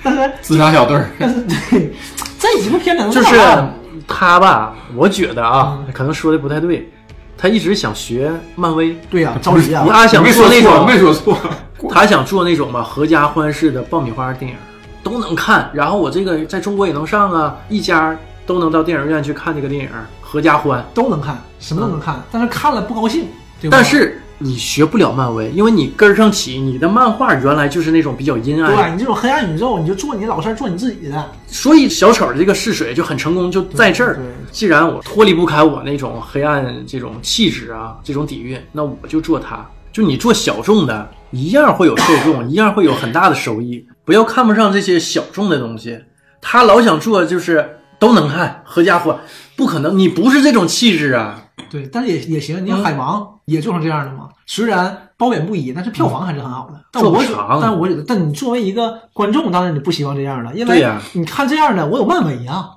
Speaker 3: 但是
Speaker 4: 自杀小队儿，
Speaker 3: 但是对这几部片子能
Speaker 1: 就是
Speaker 3: 干嘛
Speaker 1: 他吧，我觉得啊，可能说的不太对，他一直想学漫威，
Speaker 3: 对呀、着急啊，
Speaker 1: 他想
Speaker 4: 没
Speaker 1: 做
Speaker 4: 说
Speaker 1: 那
Speaker 4: 错，没
Speaker 1: 种，
Speaker 4: 说错。
Speaker 1: 他想做那种嘛合家欢式的爆米花电影，都能看。然后我这个在中国也能上啊，一家都能到电影院去看这个电影，合家欢。
Speaker 3: 都能看，什么都能看，但是看了不高兴，对吧？
Speaker 1: 但是你学不了漫威，因为你根儿上起，你的漫画原来就是那种比较阴暗，
Speaker 3: 对你这种黑暗宇宙，你就做你老事儿，做你自己的。
Speaker 1: 所以小丑这个试水就很成功，就在这儿
Speaker 3: 对对。
Speaker 1: 既然我脱离不开我那种黑暗这种气质啊，这种底蕴，那我就做它。就你做小众的，一样会有受众，一样会有很大的收益。不要看不上这些小众的东西，他老想做就是都能看，合家欢，不可能，你不是这种气质啊。
Speaker 3: 对，但是也也行，你
Speaker 1: 嗯
Speaker 3: 看海王也做成这样的嘛，虽然褒贬不一，但是票房还是很好的。但
Speaker 1: 做不
Speaker 3: 我觉
Speaker 1: 长
Speaker 3: 但我觉得，但你作为一个观众，当然你不希望这样了，因
Speaker 1: 对
Speaker 3: 为
Speaker 1: 呀
Speaker 3: 你看这样的，我有漫威啊，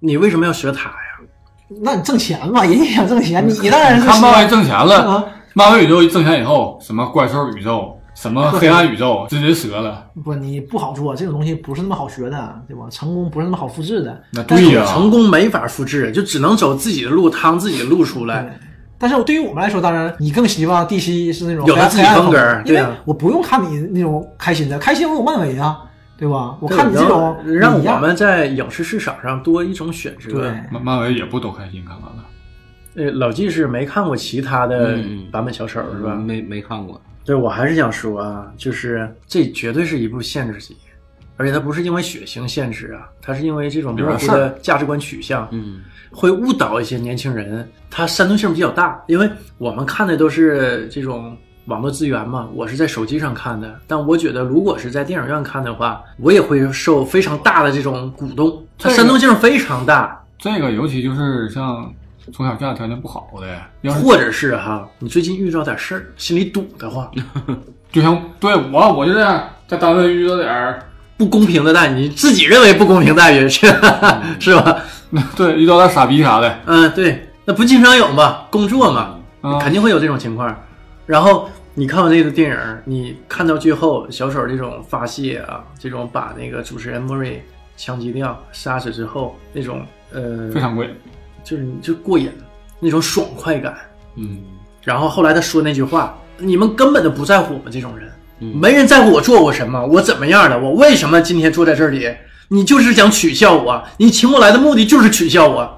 Speaker 1: 你为什么要学他呀？
Speaker 3: 那你挣钱嘛，人家想挣钱，
Speaker 1: 嗯
Speaker 3: 你当然是
Speaker 4: 看
Speaker 3: 希
Speaker 4: 漫威
Speaker 3: 望
Speaker 4: 挣钱
Speaker 3: 啊
Speaker 4: 了，漫威宇宙挣钱以后，什么怪兽宇宙，什么黑暗宇宙，直接折了。
Speaker 3: 不，你不好做这种东西，不是那么好学的，对吧？成功不是那么好复制的。
Speaker 4: 那对呀、
Speaker 1: 成功没法复制，就只能走自己的路，趟自己的路出来。
Speaker 3: 但是对于我们来说，当然你更希望 DC 是那种
Speaker 1: 有他
Speaker 3: 黑暗
Speaker 1: 自己风格
Speaker 3: 黑暗风
Speaker 1: 对
Speaker 3: 因为
Speaker 1: 啊
Speaker 3: 我不用看你那种开心的，开心我有漫威啊，对吧？我
Speaker 1: 对
Speaker 3: 看你这
Speaker 1: 然
Speaker 3: 种
Speaker 1: 后让
Speaker 3: 你呀
Speaker 1: 我们在影视市场上多一种选择
Speaker 3: 对。
Speaker 4: 漫漫威也不都开心看完了，
Speaker 1: 呃，老纪是没看过其他的
Speaker 2: 嗯嗯
Speaker 1: 版本小丑、是吧？
Speaker 2: 没没看过，
Speaker 1: 对，我还是想说啊，就是这绝对是一部限制级，而且它不是因为血腥限制啊，它是因为这种模糊
Speaker 4: 有点事
Speaker 1: 的价值观取向，
Speaker 2: 嗯，
Speaker 1: 会误导一些年轻人，它煽动性比较大。因为我们看的都是这种网络资源嘛，我是在手机上看的，但我觉得如果是在电影院看的话，我也会受非常大的这种鼓动，它
Speaker 4: 对
Speaker 1: 煽动性非常大。
Speaker 4: 这个尤其就是像从小家庭条件不好的，要是
Speaker 1: 或者是哈，你最近遇到点事儿，心里堵得慌，
Speaker 4: 就像对我我就这样，在单位遇到点儿，
Speaker 1: 不公平的待遇，你自己认为不公平待遇 是是吧？
Speaker 4: 对遇到点傻逼啥的，
Speaker 1: 嗯，对，那不经常有嘛，工作嘛，
Speaker 4: 啊
Speaker 1: 肯定会有这种情况。然后你看完这个电影，你看到最后小丑这种发泄啊，这种把那个主持人莫瑞枪击掉、杀死之后那种呃，
Speaker 4: 非常贵，
Speaker 1: 就是你就过瘾那种爽快感。
Speaker 2: 嗯
Speaker 1: 然后后来他说那句话：“你们根本就不在乎我们这种人，
Speaker 2: 嗯
Speaker 1: 没人在乎我做过什么，我怎么样了，我为什么今天坐在这里？你就是想取笑我，你请我来的目的就是取笑我。”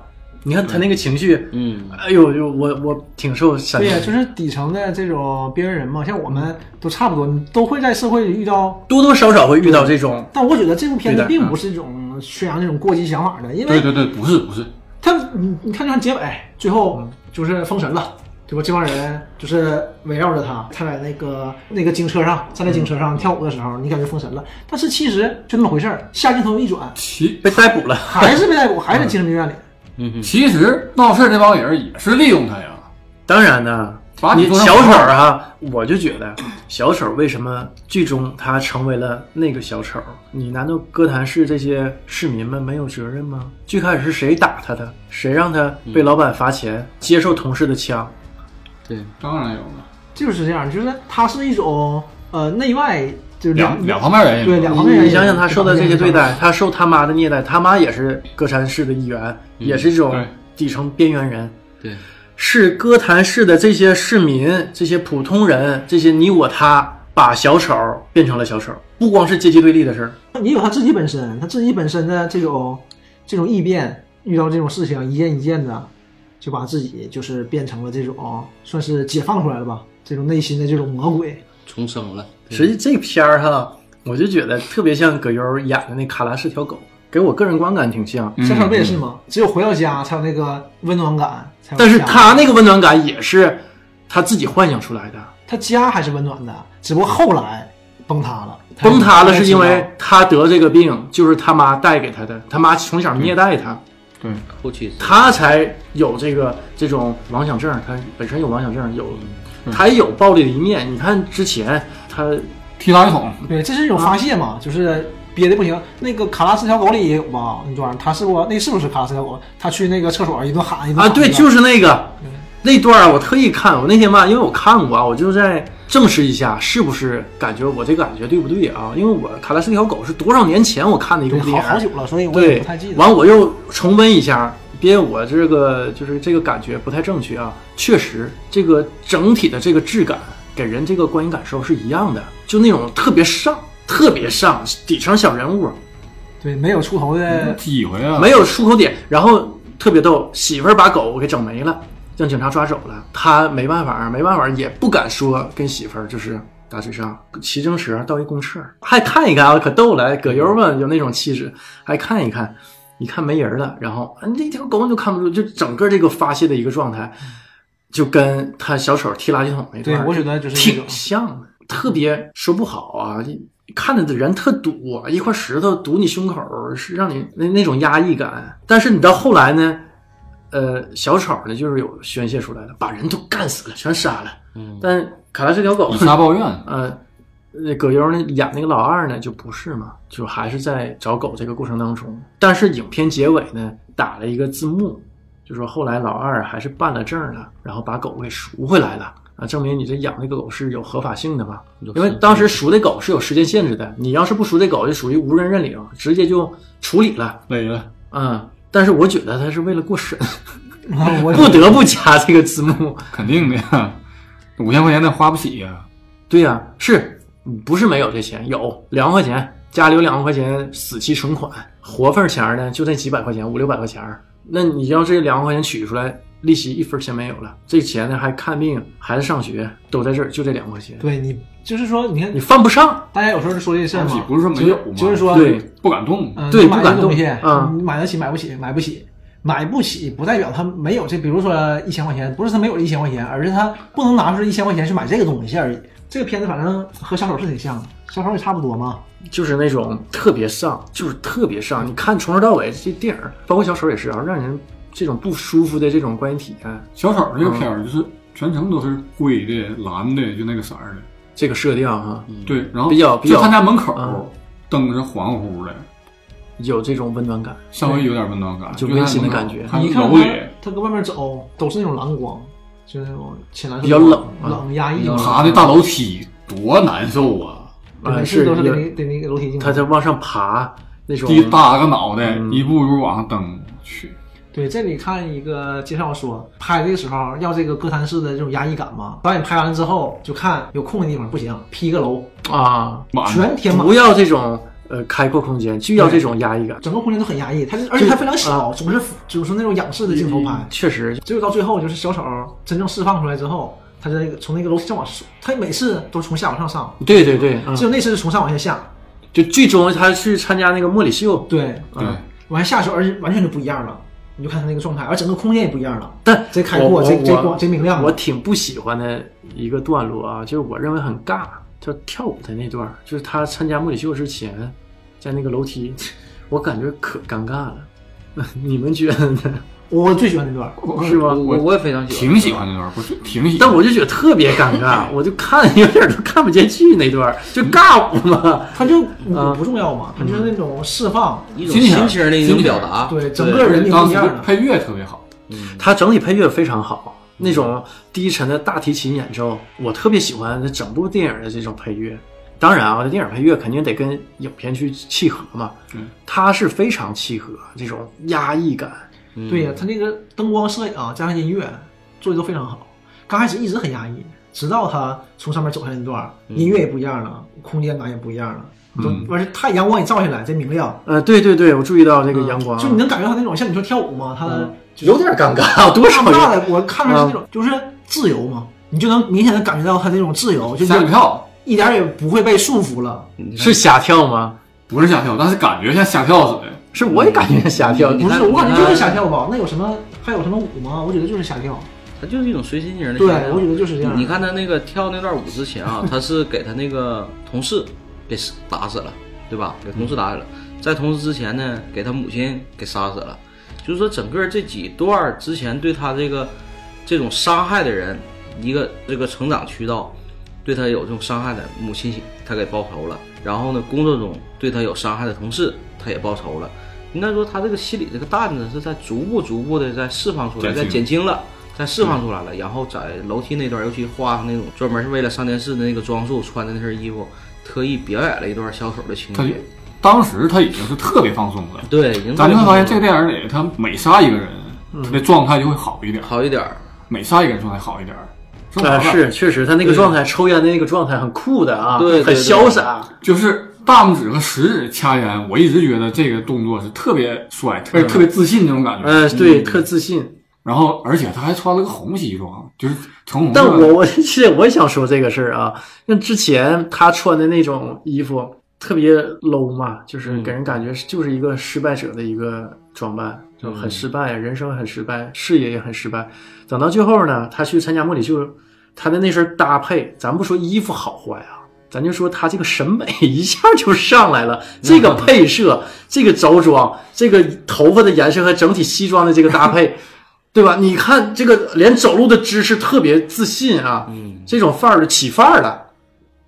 Speaker 1: 你看他那个情绪，
Speaker 2: 嗯
Speaker 1: 哎呦，呦我我挺受伤。
Speaker 3: 对呀，就是底层的这种边缘人嘛，像我们都差不多，你都会在社会里遇到。
Speaker 1: 多多少少会遇到这种，
Speaker 3: 但我觉得这部片子
Speaker 1: 对的
Speaker 3: 并不是一种宣扬这种过激想法的，因
Speaker 4: 嗯对
Speaker 3: 为
Speaker 4: 对对，不是不是，
Speaker 3: 他你你看，就像结尾最
Speaker 4: 嗯
Speaker 3: 后就是封神了，对吧？这帮人就是围绕着他，他在那个那个警车上站在警车
Speaker 4: 嗯
Speaker 3: 上跳舞的时候，你感觉封神了，但是其实就那么回事儿。下镜头一转，
Speaker 4: 其
Speaker 1: 被逮捕了。
Speaker 3: 还是被逮捕，还是精神病院里。
Speaker 2: 嗯嗯
Speaker 4: 其实闹事儿这帮人也是利用他呀，
Speaker 1: 当然呢，
Speaker 4: 把
Speaker 1: 你
Speaker 4: 做成
Speaker 1: 小丑啊，我就觉得小丑为什么最终他成为了那个小丑？你难道哥谭市这些市民们没有责任吗？最开始是谁打他的？谁让他
Speaker 4: 嗯
Speaker 1: 被老板罚钱，接受同事的枪？
Speaker 2: 对，
Speaker 4: 当然有了，
Speaker 3: 就是这样，就是它是一种呃内外就是
Speaker 4: 两两方面原因，
Speaker 3: 对两方面原因
Speaker 1: 你想想他受到这些对待，他受他妈的虐待，他妈也是哥谭市的一员，也是这种
Speaker 4: 嗯对
Speaker 1: 底层边缘人。
Speaker 2: 对，
Speaker 1: 是哥谭市的这些市民、这些普通人、这些你我他，把小丑变成了小丑，不光是阶级对立的事儿。
Speaker 3: 也有他自己本身，他自己本身的这种这种异变，遇到这种事情一件一件的，就把自己就是变成了这种算是解放出来了吧，这种内心的这种魔鬼。
Speaker 2: 重生了，对
Speaker 1: 实际这片儿哈，我就觉得特别像葛优演的那《卡拉是条狗》，给我个人观感挺像。
Speaker 4: 嗯
Speaker 3: 小丑不也是吗？只有回到家才有那个温暖感，才有
Speaker 1: 但是
Speaker 3: 家
Speaker 1: 他那个温暖感也是他自己幻想出来的，
Speaker 3: 他家还是温暖的，只不过后来崩塌了。才
Speaker 1: 崩塌了是因
Speaker 3: 才知
Speaker 1: 为
Speaker 3: 道
Speaker 1: 他得这个病，就是他妈带给他的，他妈从小虐待他。
Speaker 4: 对，
Speaker 2: 后期是
Speaker 1: 他才有这个这种妄想症，他本身有妄想症，有
Speaker 4: 嗯
Speaker 1: 他也有暴力的一面。你看之前他
Speaker 4: 踢垃圾桶，
Speaker 3: 对，这是一种发泄
Speaker 1: 啊
Speaker 3: 嘛，就是憋的不行。那个卡拉斯条狗里也有吧？那段他是不那是不是卡拉斯条狗？他去那个厕所一顿喊一顿
Speaker 1: 啊，对，就是是那个那段儿啊，我特意看，我那天吧，因为我看过啊，我就在证实一下是不是感觉我这个感觉对不对啊？因为我《卡拉是条狗》是多少年前我看的一个电
Speaker 3: 好
Speaker 1: 影，
Speaker 3: 好久了，所以我也
Speaker 1: 对
Speaker 3: 不太记，得。
Speaker 1: 完我又重温一下，别我这个就是这个感觉不太正确啊。确实，这个整体的这个质感给人这个观影感受是一样的，就那种特别上、特别上底层小人物，
Speaker 3: 对，没有出头的，
Speaker 4: 几回啊，
Speaker 1: 没有出口点，然后特别逗，媳妇儿把狗给整没了，让警察抓走了，他没办法，没办法，也不敢说跟媳妇儿就是。打嘴仗，骑自行车到一公厕，还看一看啊，可逗了。葛优嘛，有那种气质，还看一看，一看没人了，然后啊那条狗就看不住，就整个这个发泄的一个状态，就跟他小丑踢垃圾桶那
Speaker 3: 对
Speaker 1: 段儿，
Speaker 3: 我觉得就是那
Speaker 1: 挺
Speaker 3: 种
Speaker 1: 像的，特别说不好啊，看着的人特堵啊，一块石头堵你胸口，是让你那那种压抑感。但是你到后来呢，呃，小丑呢就是有宣泄出来了，把人都干死了，全杀了。
Speaker 2: 嗯
Speaker 1: 但卡拉这条狗
Speaker 4: 以，杀抱怨，
Speaker 1: 呃，那葛优呢演那个老二呢就不是嘛，就还是在找狗这个过程当中。但是影片结尾呢打了一个字幕，就说后来老二还是办了证了，然后把狗给赎回来了。啊，证明你这养这个狗是有合法性的嘛？
Speaker 2: 有
Speaker 1: 因为
Speaker 2: 时
Speaker 1: 当时赎这狗是有时间限制的，你要是不赎这狗，就属于无人认领，直接就处理了。
Speaker 4: 累了，
Speaker 1: 嗯，但是我觉得他是为了过审，
Speaker 3: 我
Speaker 1: 不得不加这个字幕。
Speaker 4: 肯定的呀，五千块钱那花不起呀，
Speaker 1: 对呀、是不是没有这钱？有两万块钱，家里有两万块钱死期存款，活份儿钱儿呢就那几百块钱，五六百块钱儿。那你要这两万块钱取出来，利息一分钱没有了，这钱呢还看病，孩子上学都在这儿，就这两万块钱，
Speaker 3: 对你就是说，你看
Speaker 1: 你犯不上。
Speaker 3: 大家有时候说这事儿
Speaker 4: 自己
Speaker 3: 嘛，
Speaker 4: 不是说没有
Speaker 3: 就
Speaker 4: 吗
Speaker 3: 就是说，
Speaker 1: 对，
Speaker 4: 不敢动。
Speaker 3: 嗯，
Speaker 1: 对
Speaker 3: 你
Speaker 1: 不
Speaker 3: 买
Speaker 1: 敢
Speaker 3: 这东西，
Speaker 1: 动嗯
Speaker 3: 你买得起买不起，买不起。买不起不代表他没有这，比如说一千块钱，不是他没有这一千块钱，而是他不能拿出这一千块钱去买这个东西而已。这个片子反正和小丑是挺像的，小丑也差不多嘛。
Speaker 1: 就是那种特别上，就是特别上。你看从头到尾这电影，包括小丑也是啊，让人这种不舒服的这种观影体验，
Speaker 4: 小丑这个片儿就是全程都是灰的、蓝的，就那个色儿的。
Speaker 1: 这个设定啊，
Speaker 4: 对，然后
Speaker 1: 比较比较
Speaker 4: 就他家门口
Speaker 1: 嗯
Speaker 4: 灯是黄乎的，
Speaker 1: 有这种温暖感。
Speaker 4: 稍微有点温暖感，
Speaker 1: 就
Speaker 4: 他家
Speaker 1: 温馨的
Speaker 4: 门口
Speaker 1: 感觉
Speaker 4: 他
Speaker 3: 你看
Speaker 4: 楼
Speaker 3: 他
Speaker 4: 里，
Speaker 3: 他搁外面走都是那种蓝光，就是那种浅蓝色的，
Speaker 1: 比较冷啊
Speaker 3: 冷压抑嘛，
Speaker 4: 爬那大楼梯多难受啊！
Speaker 3: 对
Speaker 1: 啊，
Speaker 3: 每次都是得
Speaker 1: 有
Speaker 3: 那得那个楼梯进
Speaker 1: 他在往上爬那种，
Speaker 4: 嗯低耷拉个脑袋，
Speaker 1: 嗯
Speaker 4: 一步一步往上蹬去。
Speaker 3: 对，这里看一个介绍说，拍这个时候要这个哥谭市的这种压抑感嘛。导演拍完了之后，就看有空的地方不行，劈个楼，
Speaker 1: 啊，
Speaker 4: 满
Speaker 3: 全填满
Speaker 1: 不，要这种呃开阔空间，就要这种压抑感。
Speaker 3: 整个空间都很压抑。它就而且它非常小，总是总是那种仰视的镜
Speaker 1: 嗯
Speaker 3: 头拍。
Speaker 1: 确实，
Speaker 3: 只有到最后，就是小丑真正释放出来之后，他在那个从那个楼梯上往，他每次都是从下往上上，
Speaker 1: 对对对，嗯
Speaker 3: 只有那次是从上往下下。
Speaker 1: 就剧中他去参加那个莫里秀，
Speaker 3: 对，
Speaker 4: 对，
Speaker 1: 嗯
Speaker 3: 往下下的时候，而且完全就不一样了。你就看他那个状态，而整个空间也不一样了，
Speaker 1: 但
Speaker 3: 贼开
Speaker 1: 我
Speaker 3: 阔，
Speaker 1: 我
Speaker 3: 贼贼
Speaker 1: 我
Speaker 3: 光，贼明亮。
Speaker 1: 我挺不喜欢的一个段落啊，就是我认为很尬，就跳舞的那段儿，就是他参加莫里秀之前，在那个楼梯， 我感觉可尴尬了。 你们觉得呢？
Speaker 3: 我最喜欢那段，
Speaker 1: 是吗？
Speaker 2: 我我也非常喜欢，
Speaker 4: 挺喜欢那段，不是挺喜欢。
Speaker 1: 但我就觉得特别尴尬，我就看有点都看不进去那段儿，就尬舞嘛。
Speaker 3: 他就不不重要嘛，他就是那种释放，
Speaker 2: 一种心情的一种表达，
Speaker 3: 对整个人也不
Speaker 4: 当
Speaker 3: 一
Speaker 4: 时
Speaker 3: 样
Speaker 4: 的
Speaker 3: 了。
Speaker 4: 配乐特别好，
Speaker 1: 他整体配乐非常好，
Speaker 2: 嗯
Speaker 1: 那种低沉的大提琴演奏，我特别喜欢整部电影的这种配乐。当然啊，这电影配乐肯定得跟影片去契合嘛，
Speaker 4: 嗯
Speaker 1: 它是非常契合这种压抑感。
Speaker 2: 嗯
Speaker 3: 对呀，他那个灯光设计啊，加上音乐做的都非常好。刚开始一直很压抑，直到他从上面走下来那段儿，音乐也不一样了，空间感也不一样了，
Speaker 4: 嗯
Speaker 3: 都而且太阳光一照下来，贼明亮。
Speaker 1: 呃，对对对，我注意到
Speaker 2: 嗯
Speaker 1: 这个阳光，
Speaker 3: 就你能感觉到他那种像你说跳舞嘛，他
Speaker 1: 嗯有点尴尬，多少
Speaker 3: 大不大
Speaker 1: 有。
Speaker 3: 的，我看着是那种就是自由嘛，你就能明显的感觉到他那种自由，就
Speaker 4: 吓一
Speaker 3: 是
Speaker 4: 跳，
Speaker 3: 一点儿也不会被束缚了。
Speaker 2: 你看
Speaker 1: 是瞎跳吗？
Speaker 4: 不是吓跳，但是感觉像吓跳似的。
Speaker 1: 是我也感觉瞎跳，
Speaker 2: 嗯你
Speaker 3: 不是，
Speaker 2: 看
Speaker 3: 我感
Speaker 2: 你
Speaker 3: 觉就是
Speaker 2: 看
Speaker 3: 瞎跳吧。那有什么还有什么舞吗？我觉得就是瞎跳。
Speaker 2: 它就是一种随心型的
Speaker 3: 对
Speaker 2: 想法
Speaker 3: 我觉得就是这样
Speaker 2: 你看他那个跳那段舞之前 啊，他是给他那个同事给死打死了，对吧？给同事打死了，在同事之前呢，给他母亲给杀死了。就是说，整个这几段儿之前对他这个这种伤害的人，一个这个成长渠道，对他有这种伤害的母亲，他给报仇了。然后呢，工作中对他有伤害的同事，他也报仇了。应该说，他这个心里这个担子是在逐步逐步的在释放出来，
Speaker 4: 减轻
Speaker 2: 在减轻了，在释放出来了。然后在楼梯那段，尤其画上那种专门是为了上电视的那个装束穿的那身衣服，特意表演了一段小丑的情
Speaker 4: 他就
Speaker 2: 节。
Speaker 4: 当时他已经是特别放松了。
Speaker 2: 对，
Speaker 1: 嗯
Speaker 2: 已经
Speaker 4: 咱就会发现这个电影里，他每杀一个人，他的状态就会好一点，
Speaker 2: 好一点儿。
Speaker 4: 每杀一个人状态好一点。是 吧
Speaker 1: 呃，是确实，他那个状态，抽烟的那个状态很酷的啊，
Speaker 2: 对对
Speaker 1: 很
Speaker 2: 对
Speaker 1: 潇洒。
Speaker 4: 就是大拇指和食指掐烟，我一直觉得这个动作是特别帅，特
Speaker 1: 嗯
Speaker 4: 别特别自信那种感觉。
Speaker 2: 嗯
Speaker 1: 呃，对，特自信。
Speaker 4: 然后，而且他还穿了个红西装，就是橙红色
Speaker 1: 但
Speaker 4: 的。
Speaker 1: 我我其实我也想说这个事儿啊，那之前他穿的那种衣服特别 low 嘛，就是给人感觉是就是一个失败者的一个装扮，就很失败，人生很失败，事业也很失败。等到最后呢，他去参加莫里秀，他的那身搭配，咱不说衣服好坏啊。咱就说他这个审美一下就上来了，这个配色、这个着装、这个头发的颜色和整体西装的这个搭配，对吧？你看这个连走路的姿势特别自信啊，
Speaker 2: 嗯，
Speaker 1: 这种范儿就起范儿了。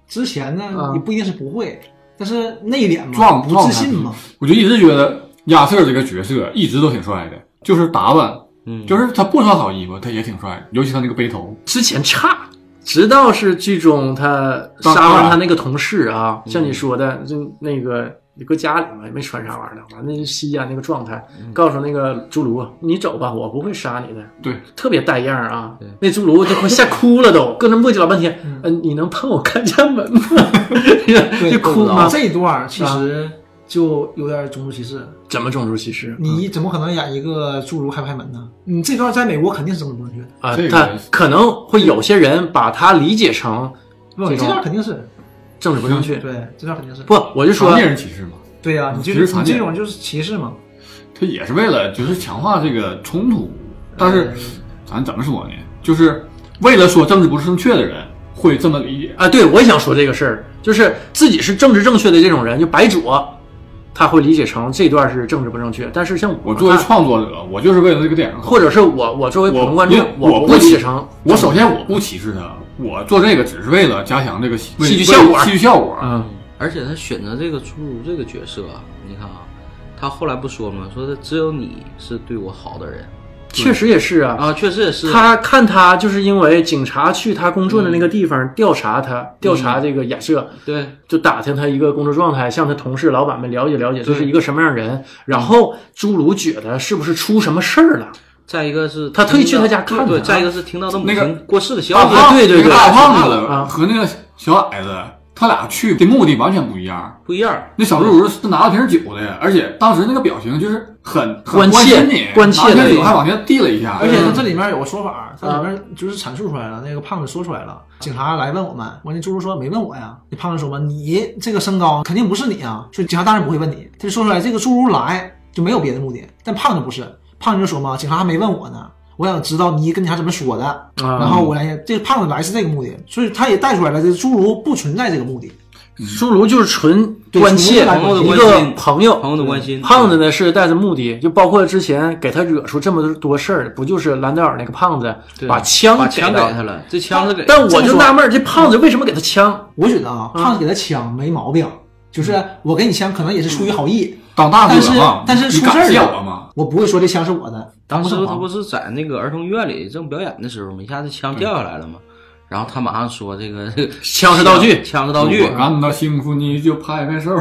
Speaker 3: 之前呢
Speaker 1: 啊，
Speaker 3: 也不一定是不会，但是内敛嘛，
Speaker 4: 壮
Speaker 3: 不自信嘛，
Speaker 4: 我就一直觉得亚瑟这个角色一直都挺帅的，就是打扮，
Speaker 2: 嗯
Speaker 4: 就是他不穿好衣服他也挺帅，尤其他那个背头，
Speaker 1: 之前差，直到是剧中他杀完他那个同事啊，像你说的，就那个你搁家里嘛，也没穿啥玩意儿呢，完了就吸烟那个状态，告诉那个侏儒，你走吧，我不会杀你的，
Speaker 4: 对，
Speaker 1: 特别带样儿啊
Speaker 2: 对。
Speaker 1: 那侏儒都快吓哭了都，搁那磨叽老半天，嗯、你能碰我看家门吗？ 就哭吗？
Speaker 3: 这一段儿其实就有点种族歧视，
Speaker 1: 怎么种族歧视？
Speaker 3: 你怎么可能演一个侏儒开不开门呢？你这段在美国肯定是政治不正确的，
Speaker 1: 啊
Speaker 4: 这，个
Speaker 1: 他可能会有些人把他理解成
Speaker 3: 不，
Speaker 1: 这
Speaker 3: 这
Speaker 1: 种
Speaker 3: 段肯定是
Speaker 1: 政治不正确。
Speaker 3: 对，这段肯定是
Speaker 1: 不，我就说
Speaker 4: 常见人歧视嘛，
Speaker 3: 对呀、你就
Speaker 4: 其实常
Speaker 3: 你
Speaker 4: 见
Speaker 3: 这种就是歧视嘛。
Speaker 4: 他也是为了就是强化这个冲突，但是
Speaker 1: 哎
Speaker 4: 咱怎么说呢？就是为了说政治不正确的人会这么理解，
Speaker 1: 啊，对我也想说这个事儿，就是自己是政治正确的这种人，就白左，他会理解成这段是政治不正确。但是像我
Speaker 4: 我作为
Speaker 1: 看
Speaker 4: 创作者，我就是为了这个电影好。
Speaker 1: 啊或者是我我作为普
Speaker 4: 我
Speaker 1: 通观众，
Speaker 4: 我
Speaker 1: 不
Speaker 4: 不
Speaker 1: 会理解
Speaker 4: 歧
Speaker 1: 成
Speaker 4: 我首先我不歧视他，我做这个只是为了加强这个戏
Speaker 1: 戏剧
Speaker 4: 为
Speaker 1: 效果
Speaker 4: 戏剧效果。
Speaker 1: 嗯
Speaker 2: 而且他选择这个侏儒这个角色啊，你看啊，他后来不说吗？说的只有你是对我好的人
Speaker 1: 确实也是啊。
Speaker 2: 啊，确实也是。
Speaker 1: 他看他就是因为警察去他工作的那个地方调查他，调查这个亚瑟，
Speaker 2: 对
Speaker 1: 就打听他一个工作状态，向他同事、老板们了解了解，这是一个什么样的人。然后侏儒觉得是不是出什么事儿了？
Speaker 2: 再一个是
Speaker 1: 他特意去他家
Speaker 2: 听
Speaker 1: 看
Speaker 2: 到
Speaker 1: 他啊
Speaker 2: 对，再一个是听到他母
Speaker 4: 那个
Speaker 2: 亲过世的消
Speaker 4: 大
Speaker 2: 息，
Speaker 4: 胖
Speaker 1: 对对对
Speaker 4: 那个大胖子
Speaker 1: 啊
Speaker 4: 和那个小矮子，他俩去的目的完全不一样。
Speaker 2: 不一样。
Speaker 4: 那小侏儒是拿了瓶酒的，而且当时那个表情就是很很
Speaker 1: 关切
Speaker 4: 心你，
Speaker 1: 关切
Speaker 4: 拿了瓶
Speaker 1: 的哎
Speaker 4: 酒还往前递了一下，
Speaker 3: 而且它这里面有个说法，它里面就是阐述出来了，那个胖子说出来了，警察来问我们，完那猪猪说没问我呀，那胖子说嘛，你这个身高肯定不是你啊，所以警察当然不会问你，他就说出来这个猪猪来就没有别的目的，但胖子不是，胖子就说嘛，警察还没问我呢。我想知道你跟警察怎么说的，
Speaker 1: 啊
Speaker 3: 然后我来，这个胖子来是这个目的，所以他也带出来了，这个侏儒不存在这个目的，
Speaker 1: 侏儒就是纯关切
Speaker 3: 对纯
Speaker 2: 粹
Speaker 1: 一
Speaker 2: 关
Speaker 1: 个
Speaker 2: 心
Speaker 1: 朋友，嗯
Speaker 2: 朋友的关心
Speaker 1: 胖子呢是带着目的，就包括之前给他惹出这么多事儿，不就是兰德尔那个胖子
Speaker 2: 对
Speaker 1: 把枪
Speaker 2: 把枪给
Speaker 1: 到
Speaker 2: 他了，这枪是给
Speaker 1: 嗯但我就纳闷儿，这胖子为什么给他枪？
Speaker 3: 我觉得啊，胖子给他枪没毛病，就是我给你枪可能也是出于好意，
Speaker 4: 当大哥
Speaker 3: 但是
Speaker 4: 嘛，
Speaker 3: 但是
Speaker 4: 你
Speaker 3: 出事
Speaker 4: 敢啊
Speaker 3: 儿
Speaker 4: 吓
Speaker 3: 了
Speaker 4: 我吗？
Speaker 3: 我不会说这枪是我的，
Speaker 2: 当时他不
Speaker 3: 是
Speaker 2: 是在那个儿童院里正表演的时候嘛，一下子枪掉下来了嘛，然后他马上说这个这个
Speaker 1: 枪是道具
Speaker 2: 枪是道具
Speaker 4: 我，感到幸福，你就拍拍手。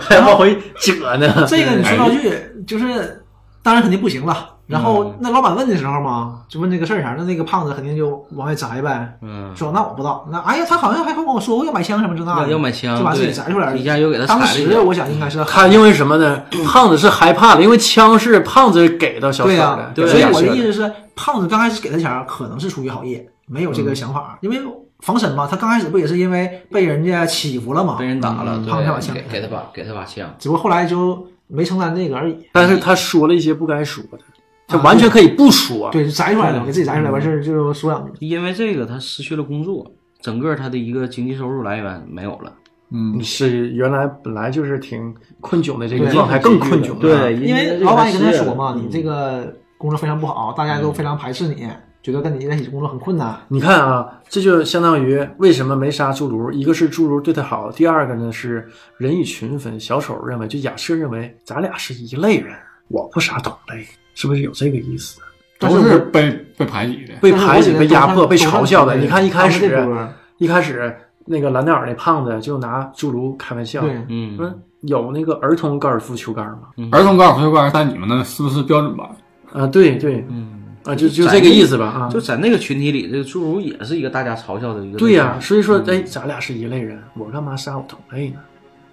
Speaker 1: 还往 回折呢？
Speaker 3: 这个
Speaker 2: 哎
Speaker 3: 你说道具就是，当然肯定不行了。然后
Speaker 2: 嗯
Speaker 3: 那老板问的时候嘛，就问这个事儿啥，那那个胖子肯定就往外摘呗，
Speaker 2: 嗯，
Speaker 3: 说那我不知道，那哎呀，他好像还跟我说过要买枪什么这那
Speaker 2: 要
Speaker 3: 的，
Speaker 2: 要买枪，
Speaker 3: 就把自己
Speaker 2: 对
Speaker 3: 摘出来
Speaker 2: 一下又给他
Speaker 3: 当
Speaker 2: 踩了一
Speaker 3: 时
Speaker 2: 脚。
Speaker 3: 我想应该是
Speaker 1: 他因为什么呢？胖子是害怕的，因为枪是胖子给到小丑
Speaker 3: 对呀、
Speaker 1: 啊的，
Speaker 2: 对啊
Speaker 1: 给
Speaker 3: 所以
Speaker 1: 亚
Speaker 3: 我
Speaker 1: 瑟
Speaker 3: 的意思是，胖子刚开始给他钱儿可能是出于好意，没有这个想法，
Speaker 2: 嗯
Speaker 3: 因为防身嘛，他刚开始不也是因为被人家欺负了嘛
Speaker 2: 被，人打了，
Speaker 3: 嗯
Speaker 2: 对
Speaker 3: 胖子把枪
Speaker 2: 给
Speaker 3: 给
Speaker 2: 给
Speaker 3: 他
Speaker 2: 他把给他把枪，
Speaker 3: 只不过后来就没承担这个而已。
Speaker 1: 但是他说了一些不该说的，他完全可以不说。
Speaker 3: 对，就摘出来
Speaker 1: 嗯
Speaker 3: 了，给自己摘出来，完事儿就说两句。
Speaker 2: 因为这个他失去了工作，整个他的一个经济收入来源没有了。
Speaker 4: 嗯，
Speaker 1: 是原来本来就是挺困窘的这个
Speaker 3: 对
Speaker 1: 状态，更困窘了。
Speaker 3: 因为老板也跟他说嘛，你这个工作非常不好，大家都非常排斥你，觉得跟你在一起工作很困难。
Speaker 1: 你看啊，这就相当于为什么没杀侏儒？一个是侏儒对他好，第二个呢是人以群分。小丑认为，就亚瑟认为咱俩是一类人，我不杀同类，是不是有这个意思？
Speaker 3: 但
Speaker 4: 都
Speaker 3: 我
Speaker 4: 是被被排挤的。
Speaker 1: 被排挤、被压迫、被
Speaker 3: 但是
Speaker 1: 嘲
Speaker 3: 我觉得
Speaker 1: 笑的。
Speaker 3: 都是
Speaker 1: 你看一开
Speaker 3: 都是这
Speaker 1: 始，
Speaker 3: 波
Speaker 1: 一开始那个兰德尔那胖子就拿侏儒开玩笑，
Speaker 3: 对，
Speaker 2: 嗯，
Speaker 1: 嗯，有那个儿童高尔夫球杆吗？
Speaker 4: 儿童高尔夫球杆在你们那是不是标准版？
Speaker 1: 啊，对对，
Speaker 2: 嗯，
Speaker 1: 啊，就就这个意思吧啊
Speaker 2: 就。在那个群体里，这个侏儒也是一个大家嘲笑的一个。
Speaker 1: 对呀、所以说，哎，咱俩是一类人，我干嘛杀我同类呢？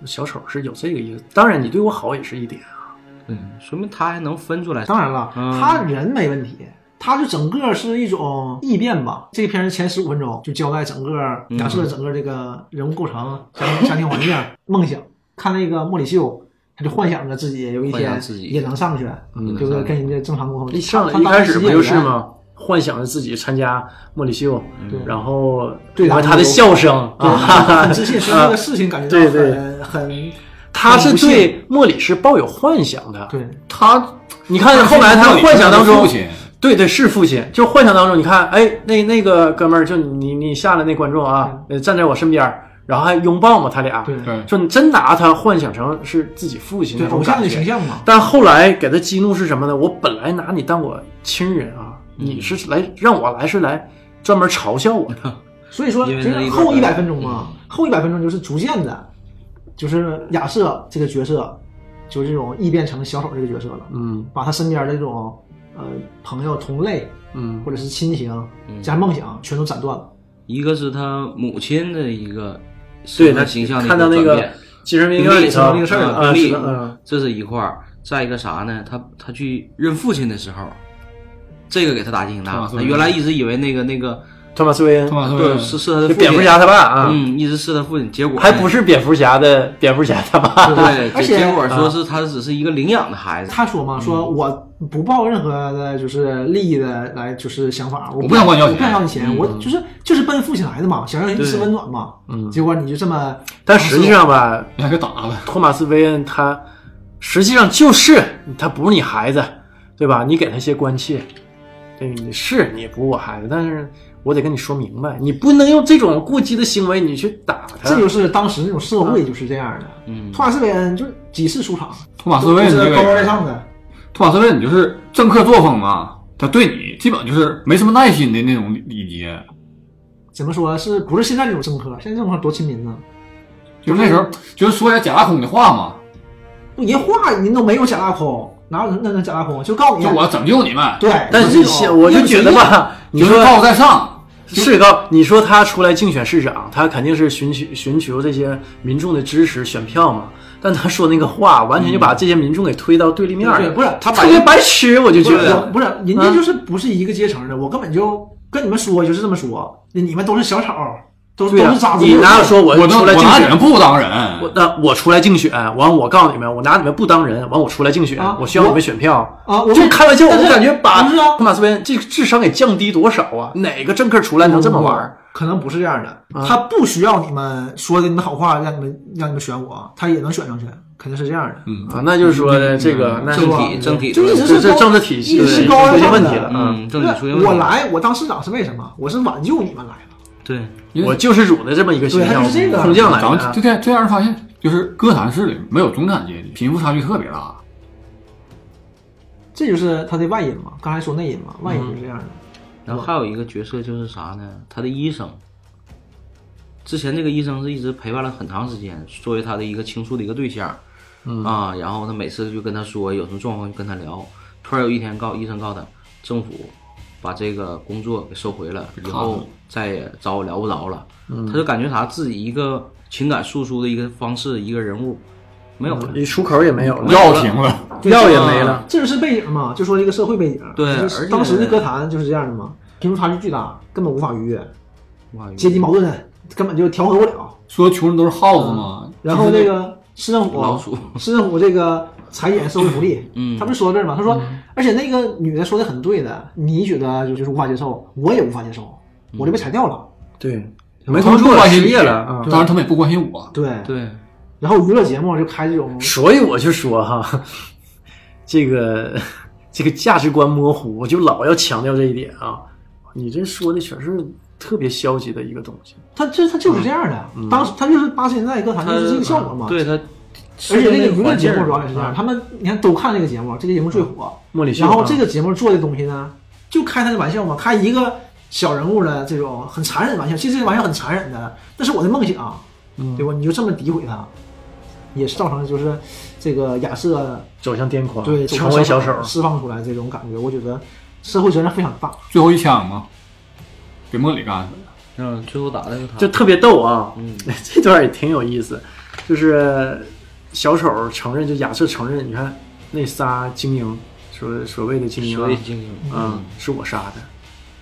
Speaker 1: 小丑是有这个意思，当然你对我好也是一点啊。
Speaker 2: 嗯，说明他还能分出来。
Speaker 3: 当然了，
Speaker 2: 嗯
Speaker 3: 他人没问题，他就整个是一种异变吧。这篇前十五分钟就交代整个亚瑟的整个这个人物构成、家庭家庭环境、梦想。看那个莫里秀，他就幻想着自己有一
Speaker 2: 幻
Speaker 3: 天
Speaker 2: 想自己
Speaker 3: 也能上去，
Speaker 1: 嗯
Speaker 3: 就是跟人家正常沟通。
Speaker 1: 一上来
Speaker 3: 他
Speaker 1: 一开始不就是？
Speaker 3: 他当时
Speaker 1: 吗？幻想着自己参加莫里秀，
Speaker 3: 对
Speaker 1: 然后
Speaker 3: 对
Speaker 1: 然后
Speaker 3: 他
Speaker 1: 他的
Speaker 3: 就
Speaker 1: 笑声
Speaker 3: 对，
Speaker 1: 啊
Speaker 3: 很，自信，所以这个事情感觉到
Speaker 1: 对
Speaker 3: 很
Speaker 1: 啊对
Speaker 3: 很
Speaker 1: 他是
Speaker 3: 很不幸
Speaker 1: 对莫里是抱有幻想的。
Speaker 3: 对。
Speaker 1: 他，你看后来他幻想当
Speaker 4: 父
Speaker 1: 中，
Speaker 4: 亲
Speaker 1: 对对是父亲，就幻想当中，你看，哎，那那个哥们儿，就你你下来那观众啊，呃站在我身边儿，然后还拥抱嘛，他俩，
Speaker 3: 对
Speaker 4: 对
Speaker 1: 就你真拿他幻想成是自己父亲
Speaker 3: 对
Speaker 1: 那种
Speaker 3: 偶像
Speaker 1: 感
Speaker 3: 的形
Speaker 1: 觉。
Speaker 3: 象嘛，
Speaker 1: 但后来给他激怒是什么呢？我本来拿你当我亲人啊，你是来让我来是来专门嘲笑我的，
Speaker 3: 所以说
Speaker 2: 因为
Speaker 3: 这
Speaker 2: 那
Speaker 3: 个
Speaker 2: 一段
Speaker 3: 后一
Speaker 2: 儿
Speaker 3: 百分钟嘛，后一百分钟就是逐渐的就是亚瑟这个角色，就这种异变成小丑这个角色了，
Speaker 1: 嗯
Speaker 3: 把他身边的这种呃朋友、同类
Speaker 1: 嗯
Speaker 3: 或者是亲情、
Speaker 2: 嗯
Speaker 3: 加梦想全都斩断了。
Speaker 2: 一个是他母亲的一个
Speaker 1: 对
Speaker 2: 身份
Speaker 1: 他
Speaker 2: 形象的一
Speaker 1: 看到那
Speaker 2: 转
Speaker 1: 个
Speaker 2: 变
Speaker 1: 精神病院里头
Speaker 2: 病历
Speaker 1: 那个事儿
Speaker 2: 啊
Speaker 1: 啊，
Speaker 2: 病历
Speaker 1: 是的嗯，
Speaker 2: 这是一块儿。再一个啥呢？他他去认父亲的时候，这个给他打击挺大
Speaker 4: 啊。
Speaker 2: 他
Speaker 4: 对
Speaker 2: 原来一直以为那个那个
Speaker 1: 托马斯韦恩
Speaker 4: 托，马斯
Speaker 2: 对
Speaker 4: 韦
Speaker 2: 是是他的
Speaker 1: 啊就
Speaker 2: 父亲
Speaker 1: 蝙蝠侠他爸啊，
Speaker 2: 嗯，一直是他父亲，结果
Speaker 1: 还不是蝙蝠侠的蝙蝠侠他爸，
Speaker 2: 对，
Speaker 3: 而
Speaker 2: 结
Speaker 3: 且
Speaker 2: 结果
Speaker 1: 啊
Speaker 2: 说是他只是一个领养的孩子，
Speaker 3: 他说嘛，说我不抱任何的就是利益的来就是想法，我
Speaker 4: 我不想管你要
Speaker 3: 我不想
Speaker 4: 钱
Speaker 3: 要你钱，我就是就是奔父亲来的嘛，想要一丝温暖嘛。
Speaker 1: 嗯
Speaker 3: 结果你就这么
Speaker 1: 但实际上吧，
Speaker 4: 你还给打了，
Speaker 1: 托马斯·韦恩他实际上就是他不是你孩子，对吧？你给他些关切，对，你是你不是我孩子，但是我得跟你说明白，你不能用这种过激的行为你去打他。
Speaker 3: 这就是当时那种社会就是这样的。
Speaker 2: 嗯
Speaker 3: 托马斯韦恩就是几次出场，
Speaker 4: 托马斯
Speaker 3: 都
Speaker 4: 韦
Speaker 3: 是
Speaker 4: 恩这
Speaker 3: 高高
Speaker 4: 个
Speaker 3: 在
Speaker 4: 人，
Speaker 3: 上的，
Speaker 4: 托马斯韦恩你就是政客作风嘛，他对你基本就是没什么耐心的那种礼节。
Speaker 3: 怎么说是不是现在这种政客？现在这种政客多亲民呢？
Speaker 4: 就是那时候，就是说点假大空的话嘛，
Speaker 3: 人话人都没有假大空，哪有那那假大空？就告诉你
Speaker 4: 就，我要拯救你们，
Speaker 3: 对，
Speaker 1: 但是
Speaker 3: 就这
Speaker 1: 现
Speaker 3: 种
Speaker 1: 我就觉得吧，你
Speaker 4: 就是
Speaker 1: 说
Speaker 4: 高高在上，
Speaker 1: 是高，你说他出来竞选市长，他肯定是寻求寻求这些民众的支持、选票嘛。但他说那个话，完全就把这些民众给推到对立面儿
Speaker 3: 嗯对，
Speaker 1: 了，
Speaker 3: 不是
Speaker 1: 他特别白痴，我就觉
Speaker 3: 不是
Speaker 1: 得。
Speaker 3: 不是，人
Speaker 1: 嗯
Speaker 3: 家就是不是一个阶层的，我根本就跟你们说就是这么说，你们都是小丑，都是
Speaker 1: 对
Speaker 3: 都
Speaker 1: 呀
Speaker 3: 是渣，子。
Speaker 1: 你哪有说我
Speaker 4: 我都
Speaker 1: 出
Speaker 4: 我
Speaker 1: 来竞
Speaker 4: 拿
Speaker 1: 选
Speaker 4: 你们不当人，
Speaker 1: 我那我出来竞选，完我告诉你们，我拿你们不当人，完我出来竞选，
Speaker 3: 啊
Speaker 1: 我需要你们选票。
Speaker 3: 啊？我
Speaker 1: 就开玩笑，我
Speaker 3: 但是
Speaker 1: 感觉把
Speaker 3: 不是啊
Speaker 1: 托马斯韦恩这个智商给降低多少啊？哪个政客出来能这么玩儿？？嗯
Speaker 3: 可能不是这样的，他不需要你们说的你们好话，让你们让你们选我，他也能选上去，肯定是这样的。
Speaker 4: 嗯，
Speaker 1: 啊，那就是说呢这个
Speaker 4: 嗯
Speaker 1: 那
Speaker 2: 政
Speaker 3: 吧
Speaker 2: 体政体
Speaker 3: 就一直
Speaker 1: 这
Speaker 3: 是
Speaker 1: 这
Speaker 3: 高
Speaker 1: 政治体系
Speaker 3: 一直
Speaker 1: 出
Speaker 3: 是
Speaker 1: 现
Speaker 3: 高在上
Speaker 1: 问
Speaker 3: 的
Speaker 1: 题了。啊
Speaker 2: 嗯，政体出现问题，
Speaker 3: 我来，我当市长是为什么？我是挽救你们来的。
Speaker 2: 对，
Speaker 4: 因
Speaker 1: 我
Speaker 4: 为
Speaker 1: 救世主的这么一个形象
Speaker 3: 嗯对他就是这个
Speaker 1: 空降来的
Speaker 4: 咱们
Speaker 1: 啊
Speaker 4: 就。这这让人发现，就是哥谭市里没有中产阶级，贫富差距特别大。
Speaker 3: 这就是他的外因嘛，刚才说内因嘛，外因就是这样的。
Speaker 2: 嗯然后
Speaker 3: 嗯
Speaker 2: 还有一个角色就是啥呢？他的医生，之前这个医生是一直陪伴了很长时间，作为他的一个倾诉的一个对象，
Speaker 3: 嗯
Speaker 2: 啊，然后他每次就跟他说有什么状况就跟他聊。突然有一天告医生告他，政府把这个工作给收回了，以后再也找我聊不着了。
Speaker 3: 嗯
Speaker 2: 他就感觉啥自己一个情感输出的一个方式，一个人物没有了。
Speaker 3: 嗯
Speaker 1: 你出口也没有了，
Speaker 4: 药停了，
Speaker 1: 药也没了。
Speaker 3: 这就是背景嘛，就说这个社会背景。
Speaker 2: 对
Speaker 3: 就
Speaker 2: 而
Speaker 3: 是
Speaker 2: 且
Speaker 3: 当时的歌坛就是这样的嘛，贫富差距巨大，根本无法逾越，
Speaker 2: 哇
Speaker 3: 阶级矛盾根本就调和不了。
Speaker 4: 说穷人都是耗子
Speaker 1: 嗯
Speaker 4: 嘛。
Speaker 3: 然后这
Speaker 4: 这
Speaker 3: 个市政府，
Speaker 2: 老鼠
Speaker 3: 市政府这个裁减社会福利，
Speaker 2: 嗯
Speaker 3: 他不是说到这儿吗？他说，而且那个女的说的很对的，你觉得就就是无法接受，我也无法接受，我就
Speaker 2: 嗯
Speaker 3: 被裁掉了。
Speaker 1: 对，
Speaker 4: 没
Speaker 1: 没工
Speaker 4: 不
Speaker 1: 作了，
Speaker 4: 关心
Speaker 1: 失
Speaker 4: 你嗯
Speaker 1: 业了啊。
Speaker 4: 当然他们也不关心我。
Speaker 3: 对，
Speaker 2: 对，
Speaker 3: 然后娱乐节目就开这种，
Speaker 1: 所以我就说哈，这个这个价值观模糊，我就老要强调这一点啊。你这说的全是特别消极的一个东西，
Speaker 3: 他这他就是这样的，
Speaker 1: 嗯
Speaker 3: 当时他就是八十年代歌坛就是这个效果嘛。
Speaker 2: 对他，
Speaker 3: 而且
Speaker 2: 那
Speaker 3: 这个娱乐
Speaker 2: 环境
Speaker 3: 节
Speaker 2: 儿
Speaker 3: 目主要也是这样，他们你看都看这个节目，这个节目最火。
Speaker 1: 莫嗯里秀
Speaker 3: 然
Speaker 1: 啊。
Speaker 3: 后这个节目做的东西呢，就开他的玩笑嘛，开一个小人物的这种很残忍的玩笑，其实这个玩笑很残忍的，那是我的梦想，
Speaker 1: 嗯
Speaker 3: 对吧？你就这么诋毁他，也是造成就是这个亚瑟
Speaker 1: 走向癫狂，
Speaker 3: 对
Speaker 1: 成为小丑。
Speaker 3: 释放出来这种感觉，我觉得社会责任非常大。
Speaker 4: 最后一枪嘛，给莫里干死了。
Speaker 2: 嗯，最后打的是他，
Speaker 1: 就特别逗啊。
Speaker 2: 嗯
Speaker 1: 这段也挺有意思，就是小丑承认，就亚瑟承认，你看那仨精英，所所谓的精英
Speaker 2: 所以
Speaker 1: 啊，
Speaker 2: 精英。
Speaker 1: 嗯，是我杀的。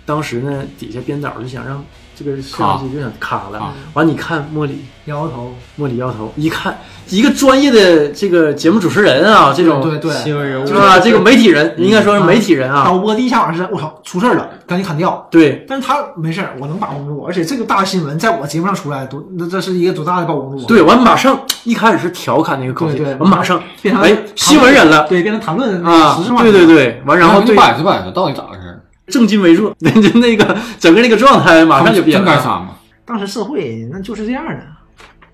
Speaker 1: 当时呢，底下编导就想让这个摄像机就想卡了
Speaker 4: 卡，
Speaker 1: 完你看莫里。
Speaker 3: 摇摇头，
Speaker 1: 莫里摇头，一看一个专业的这个节目主持人啊，这种
Speaker 3: 对对，嗯
Speaker 2: 新闻人物
Speaker 1: 是吧？这个媒体人应该说是媒体人
Speaker 3: 啊，
Speaker 1: 啊，
Speaker 3: 我第一想法是，我操，出事儿了，赶紧砍掉。
Speaker 1: 对，
Speaker 3: 但是他没事儿，我能把控住，而且这个大新闻在我节目上出来，多那这是一个多大的曝光度啊！
Speaker 1: 对，完马上一开始是调侃那个口气，
Speaker 3: 对对
Speaker 1: 完马上
Speaker 3: 变成
Speaker 1: 哎新闻人了
Speaker 3: 对，变成谈论
Speaker 1: 啊
Speaker 3: 时事，话题
Speaker 1: 对对对，完然后
Speaker 4: 就
Speaker 1: 对
Speaker 4: 摆着摆着，到底咋回事儿？
Speaker 1: 正襟危坐， 就那个整个那个状态马上就变
Speaker 4: 真该
Speaker 1: 了。
Speaker 4: 杀嘛。
Speaker 3: 当时社会那就是这样的，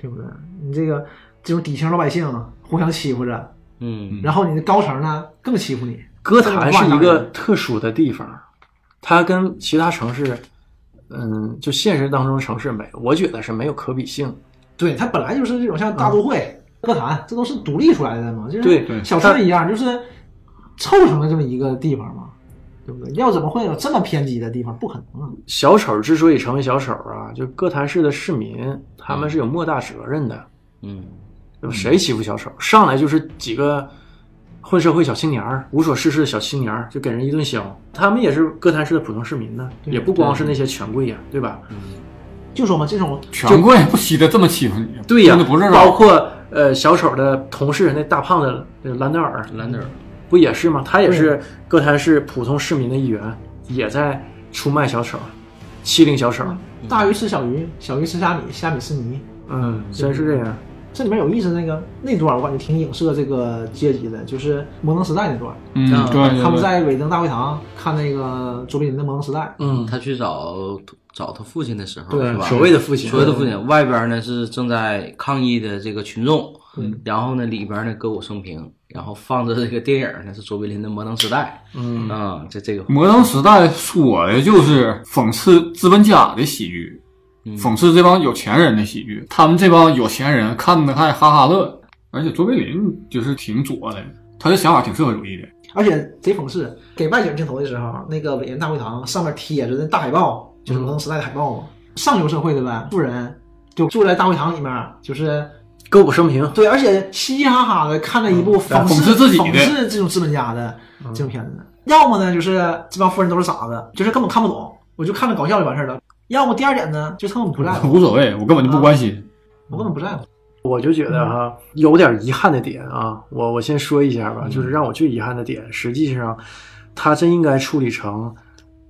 Speaker 3: 对不对？你这个这种底层老百姓啊互相欺负着，
Speaker 2: 嗯，
Speaker 3: 然后你的高层呢更欺负你，
Speaker 1: 歌坛是一个特殊的地方，它跟其他城市，嗯，就现实当中城市没，我觉得是没有可比性。
Speaker 3: 对他本来就是这种像大都会、歌坛，这都是独立出来的嘛，就
Speaker 1: 对
Speaker 3: 是
Speaker 4: 嗯对
Speaker 3: 小村一样，就是凑成了这么一个地方嘛，对不对？要怎么会有这么偏激的地方？不可能啊！
Speaker 1: 小丑之所以成为小丑啊，就哥谭市的市民，他
Speaker 3: 嗯
Speaker 1: 们是有莫大责任的。
Speaker 2: 嗯，
Speaker 1: 那么谁欺负小丑？上来就是几个混社会小青年儿、无所事事的小青年儿，就给人一顿削。他们也是哥谭市的普通市民呢，
Speaker 3: 对
Speaker 1: 也不光是那些权贵呀、对吧？
Speaker 3: 就说嘛，这种
Speaker 4: 权贵不惜的这么欺负你，啊
Speaker 1: 对呀、
Speaker 4: 真的不是
Speaker 1: 包括呃小丑的同事那大胖子呃兰德尔，
Speaker 2: 兰德尔，
Speaker 1: 不也是吗？他也是哥谭市普通市民的一员，也在出卖小丑，欺凌小丑。
Speaker 3: 大鱼吃小鱼，小鱼吃虾米，虾米吃泥。
Speaker 1: 嗯，真是这样。
Speaker 3: 这里面有意思那个那段，我感觉挺影射这个阶级的，就是摩登时代那段。
Speaker 4: 嗯，
Speaker 2: 啊
Speaker 4: 对，对
Speaker 3: 他们
Speaker 4: 对
Speaker 3: 在韦登大会堂看那个卓别林的《摩登时代》，
Speaker 1: 嗯，
Speaker 2: 他去找找他父亲的时候，
Speaker 1: 对
Speaker 2: 是吧？
Speaker 1: 嗯所谓的父亲
Speaker 2: 所谓的父亲，外边呢是正在抗议的这个群众，
Speaker 3: 嗯
Speaker 2: 然后呢里边呢歌舞升平，然后放着这个电影呢是卓别林的《摩登时代》，嗯啊，这这个
Speaker 4: 摩登时代说的就是讽刺资本家的喜剧，
Speaker 3: 嗯
Speaker 4: 讽刺这帮有钱人的喜剧。他们这帮有钱人看的还哈哈乐，而且卓别林就是挺左的，他的想法挺社会主义的。
Speaker 3: 而且贼讽刺，给外景镜头的时候，那个韦恩大会堂上面贴着那大海报，就是摩登时代的海报嘛。上流社会的呗，富人就住在大会堂里面，就是
Speaker 1: 歌舞升平，
Speaker 3: 对，而且嘻嘻哈哈的看着一部讽
Speaker 4: 讽刺自己的
Speaker 3: 讽刺这种资本家的这种片子。要么呢，就是这帮富人都是傻子，就是根本看不懂，我就看着搞笑就完事儿了。要么第二点呢，就是他们不啊在乎，
Speaker 4: 无所谓，我根本就不关心。
Speaker 3: 我根本不在乎。
Speaker 1: 我就觉得哈、有点遗憾的点啊，我我先说一下吧，就是让我最遗憾的点，实际上他真应该处理成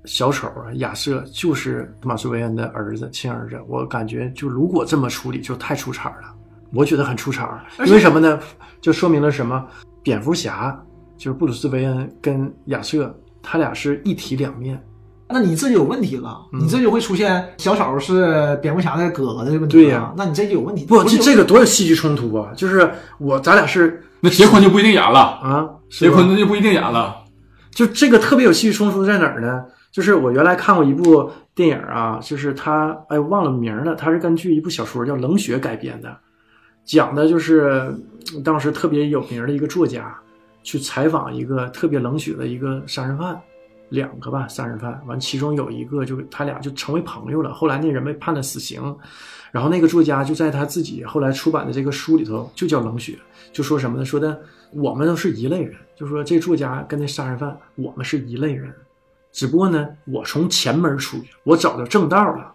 Speaker 1: 小丑啊，亚瑟就是马斯维恩的儿子，亲儿子。我感觉就如果这么处理，就太出彩了，我觉得很出彩。因为什么呢？就说明了什么？蝙蝠侠就是布鲁斯·韦恩跟亚瑟，他俩是一体两面。
Speaker 3: 那你这就有问题了，你这就会出现小丑是蝙蝠侠的哥哥的问题了。
Speaker 1: 对呀
Speaker 3: 那你这就有问题。
Speaker 1: 不，
Speaker 3: 是
Speaker 1: 这
Speaker 3: 有
Speaker 1: 这个多有戏剧冲突啊！就是我咱俩是
Speaker 4: 那结婚就不一定演了，
Speaker 1: 啊，是
Speaker 4: 结
Speaker 1: 吧
Speaker 4: 婚那就不一定演 了。
Speaker 1: 就这个特别有戏剧冲突在哪儿呢？就是我原来看过一部电影啊，就是它，哎，忘了名儿了，它是根据一部小说叫《冷血》改编的，讲的就是嗯当时特别有名儿的一个作家去采访一个特别冷血的一个杀人犯，两个吧杀人犯，完其中有一个就他俩就成为朋友了，后来那人被判了死刑，然后那个作家就在他自己后来出版的这个书里头就叫《冷血》，就说什么呢？说的我们都是一类人，就说这作家跟那杀人犯，我们是一类人，只不过呢，我从前门出去，我找到正道了，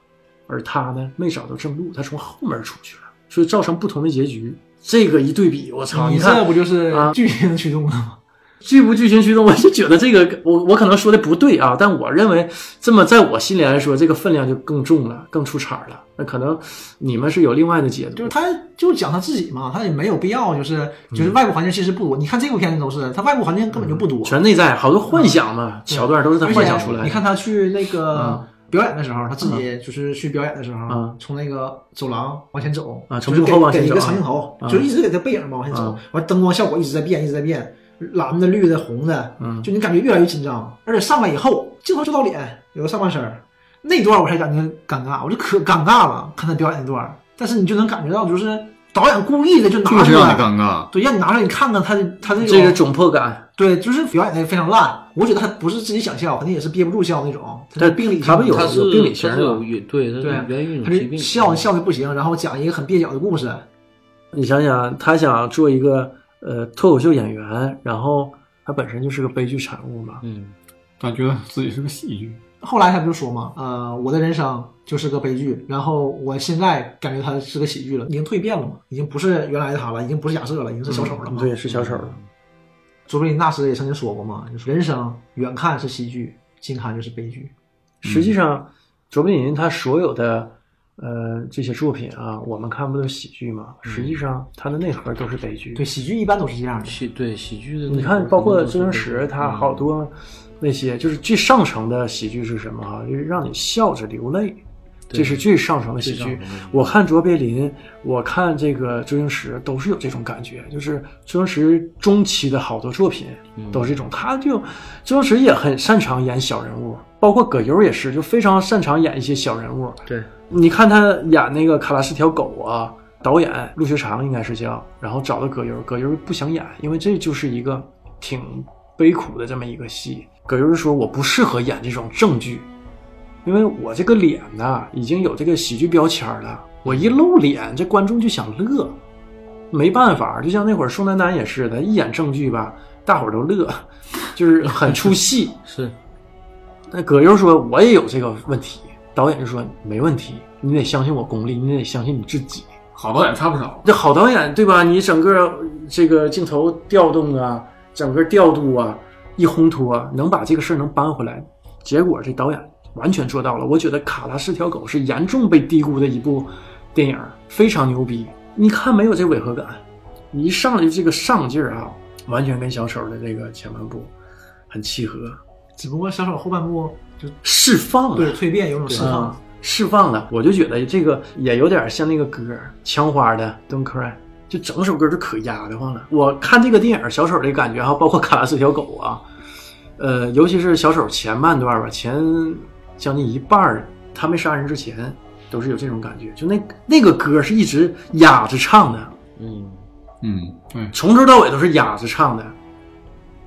Speaker 1: 而他呢没找到正路，他从后门出去了，所以造成不同的结局。这个一对比，我操！
Speaker 3: 你
Speaker 1: 你看
Speaker 3: 这不就是
Speaker 1: 啊
Speaker 3: 剧情的驱动了吗？
Speaker 1: 剧不剧情驱动，我就觉得这个我我可能说的不对啊，但我认为这么在我心里来说，这个分量就更重了，更出彩了。那可能你们是有另外的解
Speaker 3: 就
Speaker 1: 读
Speaker 3: 是，他就讲他自己嘛，他也没有必要，就是就是
Speaker 1: 嗯
Speaker 3: 外部环境其实不多。你看这部片子都是，他外部环境根本就不多。
Speaker 1: 全内在，好多幻想嘛，
Speaker 3: 嗯对
Speaker 1: 桥段都是他
Speaker 3: 而且
Speaker 1: 幻想出来的。
Speaker 3: 你看他去那个
Speaker 1: 嗯
Speaker 3: 表演的时候，他自己就是去表演的时候，
Speaker 1: 嗯
Speaker 3: 从那个走廊往前走，
Speaker 1: 啊
Speaker 3: 就
Speaker 1: 从
Speaker 3: 是
Speaker 1: 幕后往
Speaker 3: 给
Speaker 1: 前
Speaker 3: 给一
Speaker 1: 走
Speaker 3: 个长镜头，
Speaker 1: 嗯
Speaker 3: 就一直给他背影嘛往前走
Speaker 1: 嗯，
Speaker 3: 完、灯光效果一直在变，一直在变，蓝的、绿的、红的，
Speaker 1: 嗯
Speaker 3: 就你感觉越来越紧张。而且上来以后，镜头就到脸，有个上半身儿，那段我才感觉尴尬，我就可尴尬了，看他表演那段儿。但是你就能感觉到，就是导演故意的就
Speaker 4: 就
Speaker 3: 拿
Speaker 4: 是
Speaker 3: 出
Speaker 4: 让你
Speaker 3: 来，
Speaker 4: 尴尬。
Speaker 3: 对，让你拿出来，你看看他的他这
Speaker 1: 这个窘迫感，
Speaker 3: 对，就是表演的非常烂。我觉得他不是自己想笑，肯定也是憋不住笑那种，他
Speaker 1: 对
Speaker 3: 是病理性
Speaker 1: 他们有
Speaker 2: 他
Speaker 1: 有啊
Speaker 2: 是
Speaker 1: 病理型
Speaker 2: 他
Speaker 1: 的
Speaker 2: 是有语对，他是
Speaker 3: 对
Speaker 2: 源于一
Speaker 3: 他
Speaker 2: 种疾
Speaker 3: 是
Speaker 2: 病，
Speaker 3: 笑笑的不行，然后讲一个很蹩脚的故事。
Speaker 1: 你想想，他想做一个呃脱口秀演员，然后他本身就是个悲剧产物嘛。
Speaker 2: 嗯，
Speaker 4: 但觉得自己是个戏剧，
Speaker 3: 后来他不就说嘛，呃，我的人生就是个悲剧，然后我现在感觉他是个喜剧了，已经蜕变了嘛，已经不是原来的他了，已经不是亚瑟了，已经是小丑了
Speaker 1: 嗯
Speaker 3: 嘛。
Speaker 1: 对，，是小丑。
Speaker 3: 卓别林大师也曾经说过嘛，就说人生远看是喜剧，近看就是悲剧。
Speaker 1: 实际上，卓别林他所有的呃这些作品啊，我们看不都是喜剧嘛？实际上，它的内核都是悲剧。
Speaker 3: 对，喜剧一般都是这样的。
Speaker 2: 喜对喜剧的那种，
Speaker 1: 你看，包括周星
Speaker 2: 嗯
Speaker 1: 驰，他好多那些就是最上乘的喜剧是什么哈、就是让你笑着流泪，
Speaker 2: 对
Speaker 1: 这是最上乘的喜
Speaker 2: 最上
Speaker 1: 剧
Speaker 2: 乘的喜剧。
Speaker 1: 我看卓别林，我看这个周星驰，都是有这种感觉。就是周星驰中期的好多作品
Speaker 2: 嗯
Speaker 1: 都是这种，他就周星驰也很擅长演小人物，包括葛优也是，就非常擅长演一些小人物。
Speaker 2: 对
Speaker 1: 你看他演那个卡拉是条狗啊，导演陆学长应该是叫，然后找的葛优，葛优不想演，因为这就是一个挺悲苦的这么一个戏。葛优说我不适合演这种正剧，因为我这个脸呐已经有这个喜剧标签了，我一露脸，这观众就想乐，没办法，就像那会儿宋丹丹也是的，一演正剧吧，大伙儿都乐，就是很出戏。
Speaker 2: 是
Speaker 1: 那葛优说我也有这个问题，导演就说没问题，你得相信我功力，你得相信你自己。
Speaker 4: 好导演差不少。
Speaker 1: 这好导演对吧？你整个这个镜头调动啊，整个调度啊，一烘托、啊，能把这个事儿能搬回来。结果这导演完全做到了。我觉得《卡拉是条狗》是严重被低估的一部电影，非常牛逼。你看没有这违和感，你一上来这个上劲儿啊，完全跟小丑的这个前半部很契合，
Speaker 3: 只不过小丑后半部就
Speaker 1: 释放了
Speaker 3: 对。蜕变有种释放
Speaker 1: 嗯，释放了，我就觉得这个也有点像那个歌儿枪花的《Don't Cry》，就整首歌就可压得慌了。我看这个电影小丑的感觉哈，包括卡拉是条狗啊，呃，尤其是小丑前半段吧，前将近一半儿他没杀人之前，都是有这种感觉，就那那个歌是一直压着唱的，
Speaker 2: 嗯，
Speaker 4: 嗯，对，
Speaker 1: 从头到尾都是压着唱的，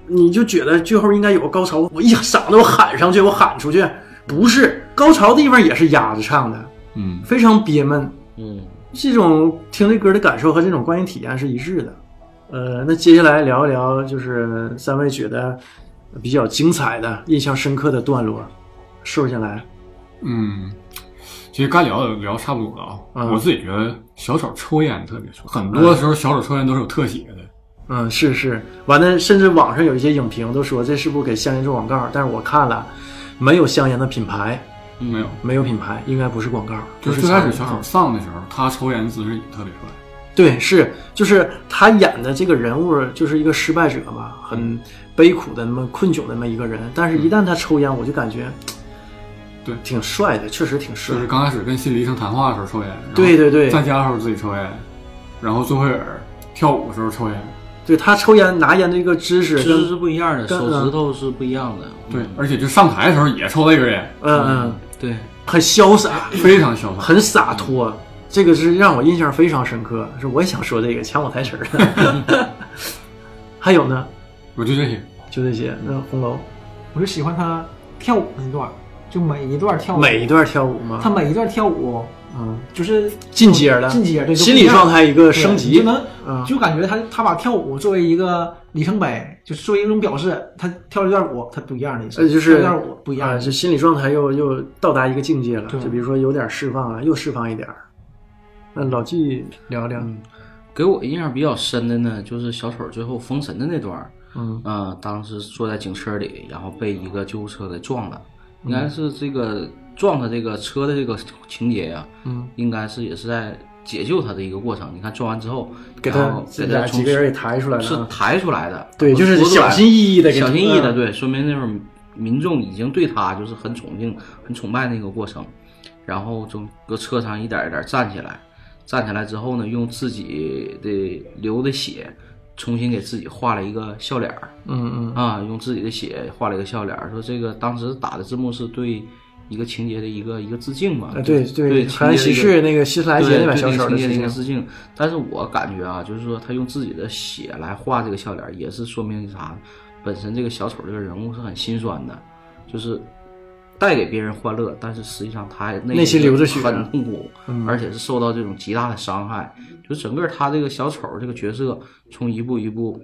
Speaker 1: 你就觉得最后应该有个高潮，我一嗓子我喊上去，我喊出去，不是高潮地方也是压着唱的。
Speaker 4: 嗯，
Speaker 1: 非常憋闷。
Speaker 2: 嗯，
Speaker 1: 这种听这歌的感受和这种观影体验是一致的。呃，那接下来聊一聊，就是三位觉得比较精彩的、印象深刻的段落。瘦下来，
Speaker 4: 嗯，其实该聊的聊差不多了啊。
Speaker 1: 嗯
Speaker 4: 我自己觉得小丑抽烟特别嗯帅，很多时候小丑抽烟都是有特写的。
Speaker 1: 嗯，是是，完了，甚至网上有一些影评都说这是不是给香烟做广告？但是我看了，没有香烟的品牌，
Speaker 4: 嗯没有，
Speaker 1: 没有品牌，应该不是广告，不
Speaker 4: 就是
Speaker 1: 是
Speaker 4: 最开始
Speaker 1: 产
Speaker 4: 小
Speaker 1: 品
Speaker 4: 丑上的时候，他抽烟姿势也特别帅。嗯
Speaker 1: 对，是就是他演的这个人物就是一个失败者嘛，
Speaker 4: 嗯
Speaker 1: 很悲苦的那么困窘的那么一个人。但是，一旦他抽烟，我就感觉，
Speaker 4: 对
Speaker 1: 挺帅的，确实挺帅
Speaker 4: 就。是刚开始跟心理医生谈话的时候抽烟，然后
Speaker 1: 对对对
Speaker 4: 在家的时候自己抽烟，然后坐会儿跳舞的时候抽烟，
Speaker 1: 对他抽烟拿烟的一个姿势
Speaker 2: 姿
Speaker 1: 跟，
Speaker 2: 势是不一样的，
Speaker 1: 跟嗯
Speaker 2: 手指头是不一样的。
Speaker 4: 对
Speaker 2: 嗯，
Speaker 4: 而且就上台的时候也抽了一根烟，
Speaker 1: 嗯嗯，
Speaker 2: 对，
Speaker 1: 很潇洒，
Speaker 4: 非常潇洒。
Speaker 1: 很洒脱。这个是让我印象非常深刻，是我也想说这个抢我台词儿 的。还有呢，
Speaker 4: 我就这些，
Speaker 1: 就这些。那红楼
Speaker 3: 我就喜欢他跳舞那段儿，就每一段跳舞，
Speaker 1: 每一段跳舞嘛，
Speaker 3: 他每一段跳舞
Speaker 1: 嗯，
Speaker 3: 就是
Speaker 1: 进阶了，
Speaker 3: 进阶对，就不
Speaker 1: 心
Speaker 3: 一
Speaker 1: 理
Speaker 3: 样
Speaker 1: 状态一个升
Speaker 3: 对
Speaker 1: 级
Speaker 3: 你就，能
Speaker 1: 嗯
Speaker 3: 就感觉他他把跳舞作为一个里程碑，就是作为一种表示，他跳了一段舞，他不一样的意思，
Speaker 1: 呃，就
Speaker 3: 跳
Speaker 1: 是
Speaker 3: 一段舞不一样
Speaker 1: 啊，
Speaker 3: 的
Speaker 1: 就
Speaker 3: 意思，
Speaker 1: 心理状态又又到达一个境界了。
Speaker 3: 对
Speaker 1: 就比如说有点释放啊，又释放一点儿。那老纪嗯聊聊，
Speaker 2: 给我印象比较深的呢，就是小丑最后封神的那段儿。
Speaker 1: 嗯
Speaker 2: 呃，当时坐在警车里，然后被一个救护车给撞了，
Speaker 1: 嗯
Speaker 2: 应该是这个撞他这个车的这个情节呀、
Speaker 1: 嗯，
Speaker 2: 应该是也是在解救他的一个过程。你看撞完之后，
Speaker 1: 给
Speaker 2: 然
Speaker 1: 他
Speaker 2: 后给
Speaker 1: 俩
Speaker 2: 他
Speaker 1: 几
Speaker 2: 从
Speaker 1: 个人也抬出来了
Speaker 2: 是
Speaker 1: 啊，
Speaker 2: 抬出来的，
Speaker 1: 对，就是
Speaker 2: 扶出来
Speaker 1: 小心翼翼的，
Speaker 2: 小心翼翼的，
Speaker 1: 对，
Speaker 2: 对，说明那会儿民众已经对他就是很崇敬、很崇拜那个过程，然后从搁车上一点一点站起来，站起来之后呢，用自己的流的血重新给自己画了一个笑脸儿
Speaker 1: 嗯嗯
Speaker 2: 啊，用自己的血画了一个笑脸儿，说这个当时打的字幕是对一个情节的一个一个致敬嘛，
Speaker 1: 呃，对
Speaker 2: 对，
Speaker 1: 海岸
Speaker 2: 情
Speaker 1: 喜事
Speaker 2: 节的一个
Speaker 1: 那个希斯莱
Speaker 2: 对
Speaker 1: 杰那版
Speaker 2: 对
Speaker 1: 小丑的
Speaker 2: 情节
Speaker 1: 事
Speaker 2: 的一
Speaker 1: 情
Speaker 2: 个，致敬。但是我感觉啊，就是说他用自己的血来画这个笑脸，也是说明啥？本身这个小丑这个人物是很心酸的，就是带给别人欢乐，但是实际上他内
Speaker 1: 内心流着血
Speaker 2: 很痛苦，
Speaker 1: 嗯
Speaker 2: 而且是受到这种极大的伤害。就整个他这个小丑这个角色，从一步一步，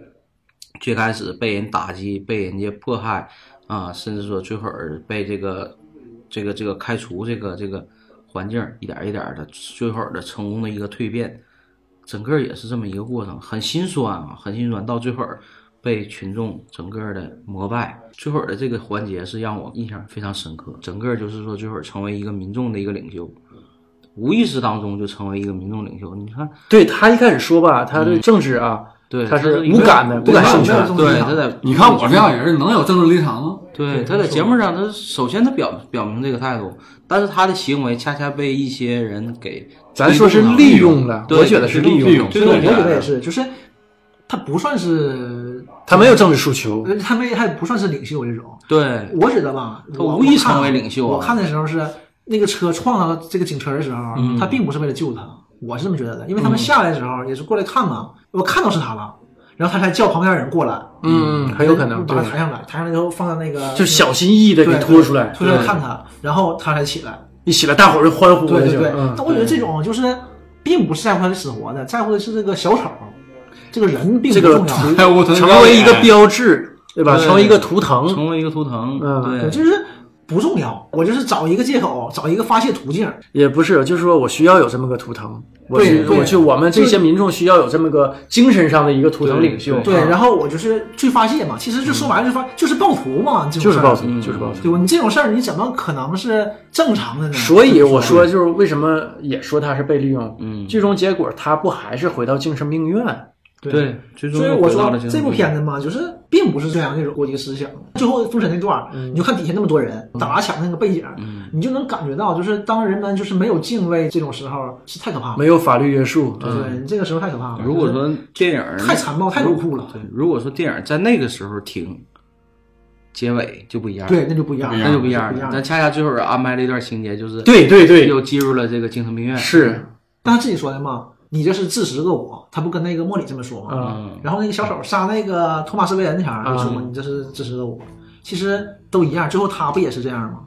Speaker 2: 最开始被人打击，被人家迫害啊，甚至说最后儿被这个这个这个开除这个这个环境，一点儿一点的，最后儿的成功的一个蜕变，整个也是这么一个过程，很心酸啊，很心酸。到最后儿被群众整个的膜拜，最后儿的这个环节是让我印象非常深刻。整个就是说，最后儿成为一个民众的一个领袖，无意识当中就成为一个民众领袖。你看，
Speaker 1: 对他一开始说吧，他对政治啊，
Speaker 2: 对，
Speaker 1: 他是
Speaker 2: 一
Speaker 1: 无
Speaker 2: 个
Speaker 1: 感的，不感兴趣
Speaker 3: 没有
Speaker 1: 的
Speaker 3: 没，有
Speaker 2: 对，他在
Speaker 4: 你看我这样人能有政治立场 吗？
Speaker 2: 对，他在节目上，他首先他表表明这个态度，但是他的行为恰恰被一些人给
Speaker 1: 咱说是利用了，
Speaker 2: 对
Speaker 1: 我觉得呃是利
Speaker 4: 利用
Speaker 1: 用，
Speaker 3: 所
Speaker 2: 推
Speaker 3: 以我
Speaker 2: 动起
Speaker 3: 觉
Speaker 2: 来
Speaker 3: 得也
Speaker 2: 了。
Speaker 3: 是，就是他不算是，
Speaker 1: 他没有政治诉求，
Speaker 3: 呃他没他也不算是领袖这种，
Speaker 2: 对，
Speaker 3: 我觉得吧，
Speaker 2: 他
Speaker 3: 我
Speaker 2: 无意
Speaker 3: 我看
Speaker 2: 成为领袖啊
Speaker 1: 嗯
Speaker 3: 我看的时候是那个车撞到这个警车的时候，他并不是为了救他，我是这么觉得的，因为他们下来的时候也是过来看嘛，我看到是他了，然后他才叫旁边人过来，
Speaker 1: 嗯，很有可能，
Speaker 3: 把他
Speaker 1: 对，
Speaker 3: 抬上来，抬上来之后放到那个
Speaker 1: 就小心翼翼的
Speaker 3: 对
Speaker 1: 给拖出来，
Speaker 3: 拖出来
Speaker 1: 对
Speaker 3: 看他，然后他才起来。
Speaker 1: 一起来，大伙儿就欢呼
Speaker 3: 对
Speaker 1: 了，
Speaker 3: 对
Speaker 1: 就
Speaker 3: 对，
Speaker 1: 嗯
Speaker 3: 但我觉得这种就是并不是在乎他的死活的，在乎的是这个小丑，这个人并不
Speaker 1: 这个
Speaker 3: 重要。
Speaker 1: 图
Speaker 4: 还有哎我
Speaker 1: 成为一个标志，对吧？
Speaker 2: 对
Speaker 1: 成为一个图腾，
Speaker 2: 成为一个图腾，
Speaker 1: 嗯
Speaker 3: 我
Speaker 2: 对，
Speaker 3: 就是不重要，我就是找一个借口，找一个发泄途径。
Speaker 1: 也不是，就是说我需要有这么个图腾，我
Speaker 3: 对
Speaker 1: 去，
Speaker 3: 对
Speaker 1: 我去，我们这些民众需要有这么个精神上的一个图腾领袖，
Speaker 3: 对，
Speaker 2: 嗯
Speaker 1: 啊
Speaker 3: 然后我就是去发泄嘛，其实就说白了就发、就是暴徒嘛，这
Speaker 1: 就
Speaker 3: 种
Speaker 1: 是
Speaker 3: 事儿
Speaker 1: 暴徒，
Speaker 2: 嗯
Speaker 1: 就是暴徒。
Speaker 3: 对吧？你这种事儿你怎么可能是正常 的呢？
Speaker 1: 所以
Speaker 3: 嗯
Speaker 1: 我说，就是为什么也说他是被利用，
Speaker 2: 嗯
Speaker 1: 最终结果他不还是回到精神病院？
Speaker 3: 对
Speaker 2: 对，最终
Speaker 3: 所以
Speaker 2: 又
Speaker 3: 我
Speaker 2: 回到
Speaker 3: 说
Speaker 2: 了
Speaker 3: 这部片子嘛，就是并不是宣扬这种国际思想。最后封神那段儿，
Speaker 2: 嗯
Speaker 3: 你就看底下那么多人打抢那个背景，你就能感觉到，就是当人们就是没有敬畏这种时候是太可怕了。
Speaker 1: 没有法律约束，
Speaker 3: 对
Speaker 1: 嗯
Speaker 3: 对，你这个时候太可怕了。
Speaker 2: 如果说电影儿
Speaker 3: 太残暴、太冷酷了，
Speaker 2: 对，如果说电影在那个时候停，结尾就不一样，，
Speaker 3: 对，那就不一样了，
Speaker 4: 那
Speaker 2: 那就不一
Speaker 3: 一
Speaker 2: 样了。
Speaker 3: 了
Speaker 2: 咱恰恰最后安排了一段情节，就是
Speaker 1: 对对对，
Speaker 2: 又进入了这个精神病院，
Speaker 1: 是，
Speaker 3: 但他自己说的嘛，你这是自食恶果，他不跟那个莫里这么说嘛。
Speaker 1: 嗯，
Speaker 2: 嗯，
Speaker 3: 然后那个小手杀那个托马斯韦恩那前儿就说嘛，
Speaker 1: 嗯
Speaker 3: 你这是自食恶果，其实都一样，最后他不也是这样吗？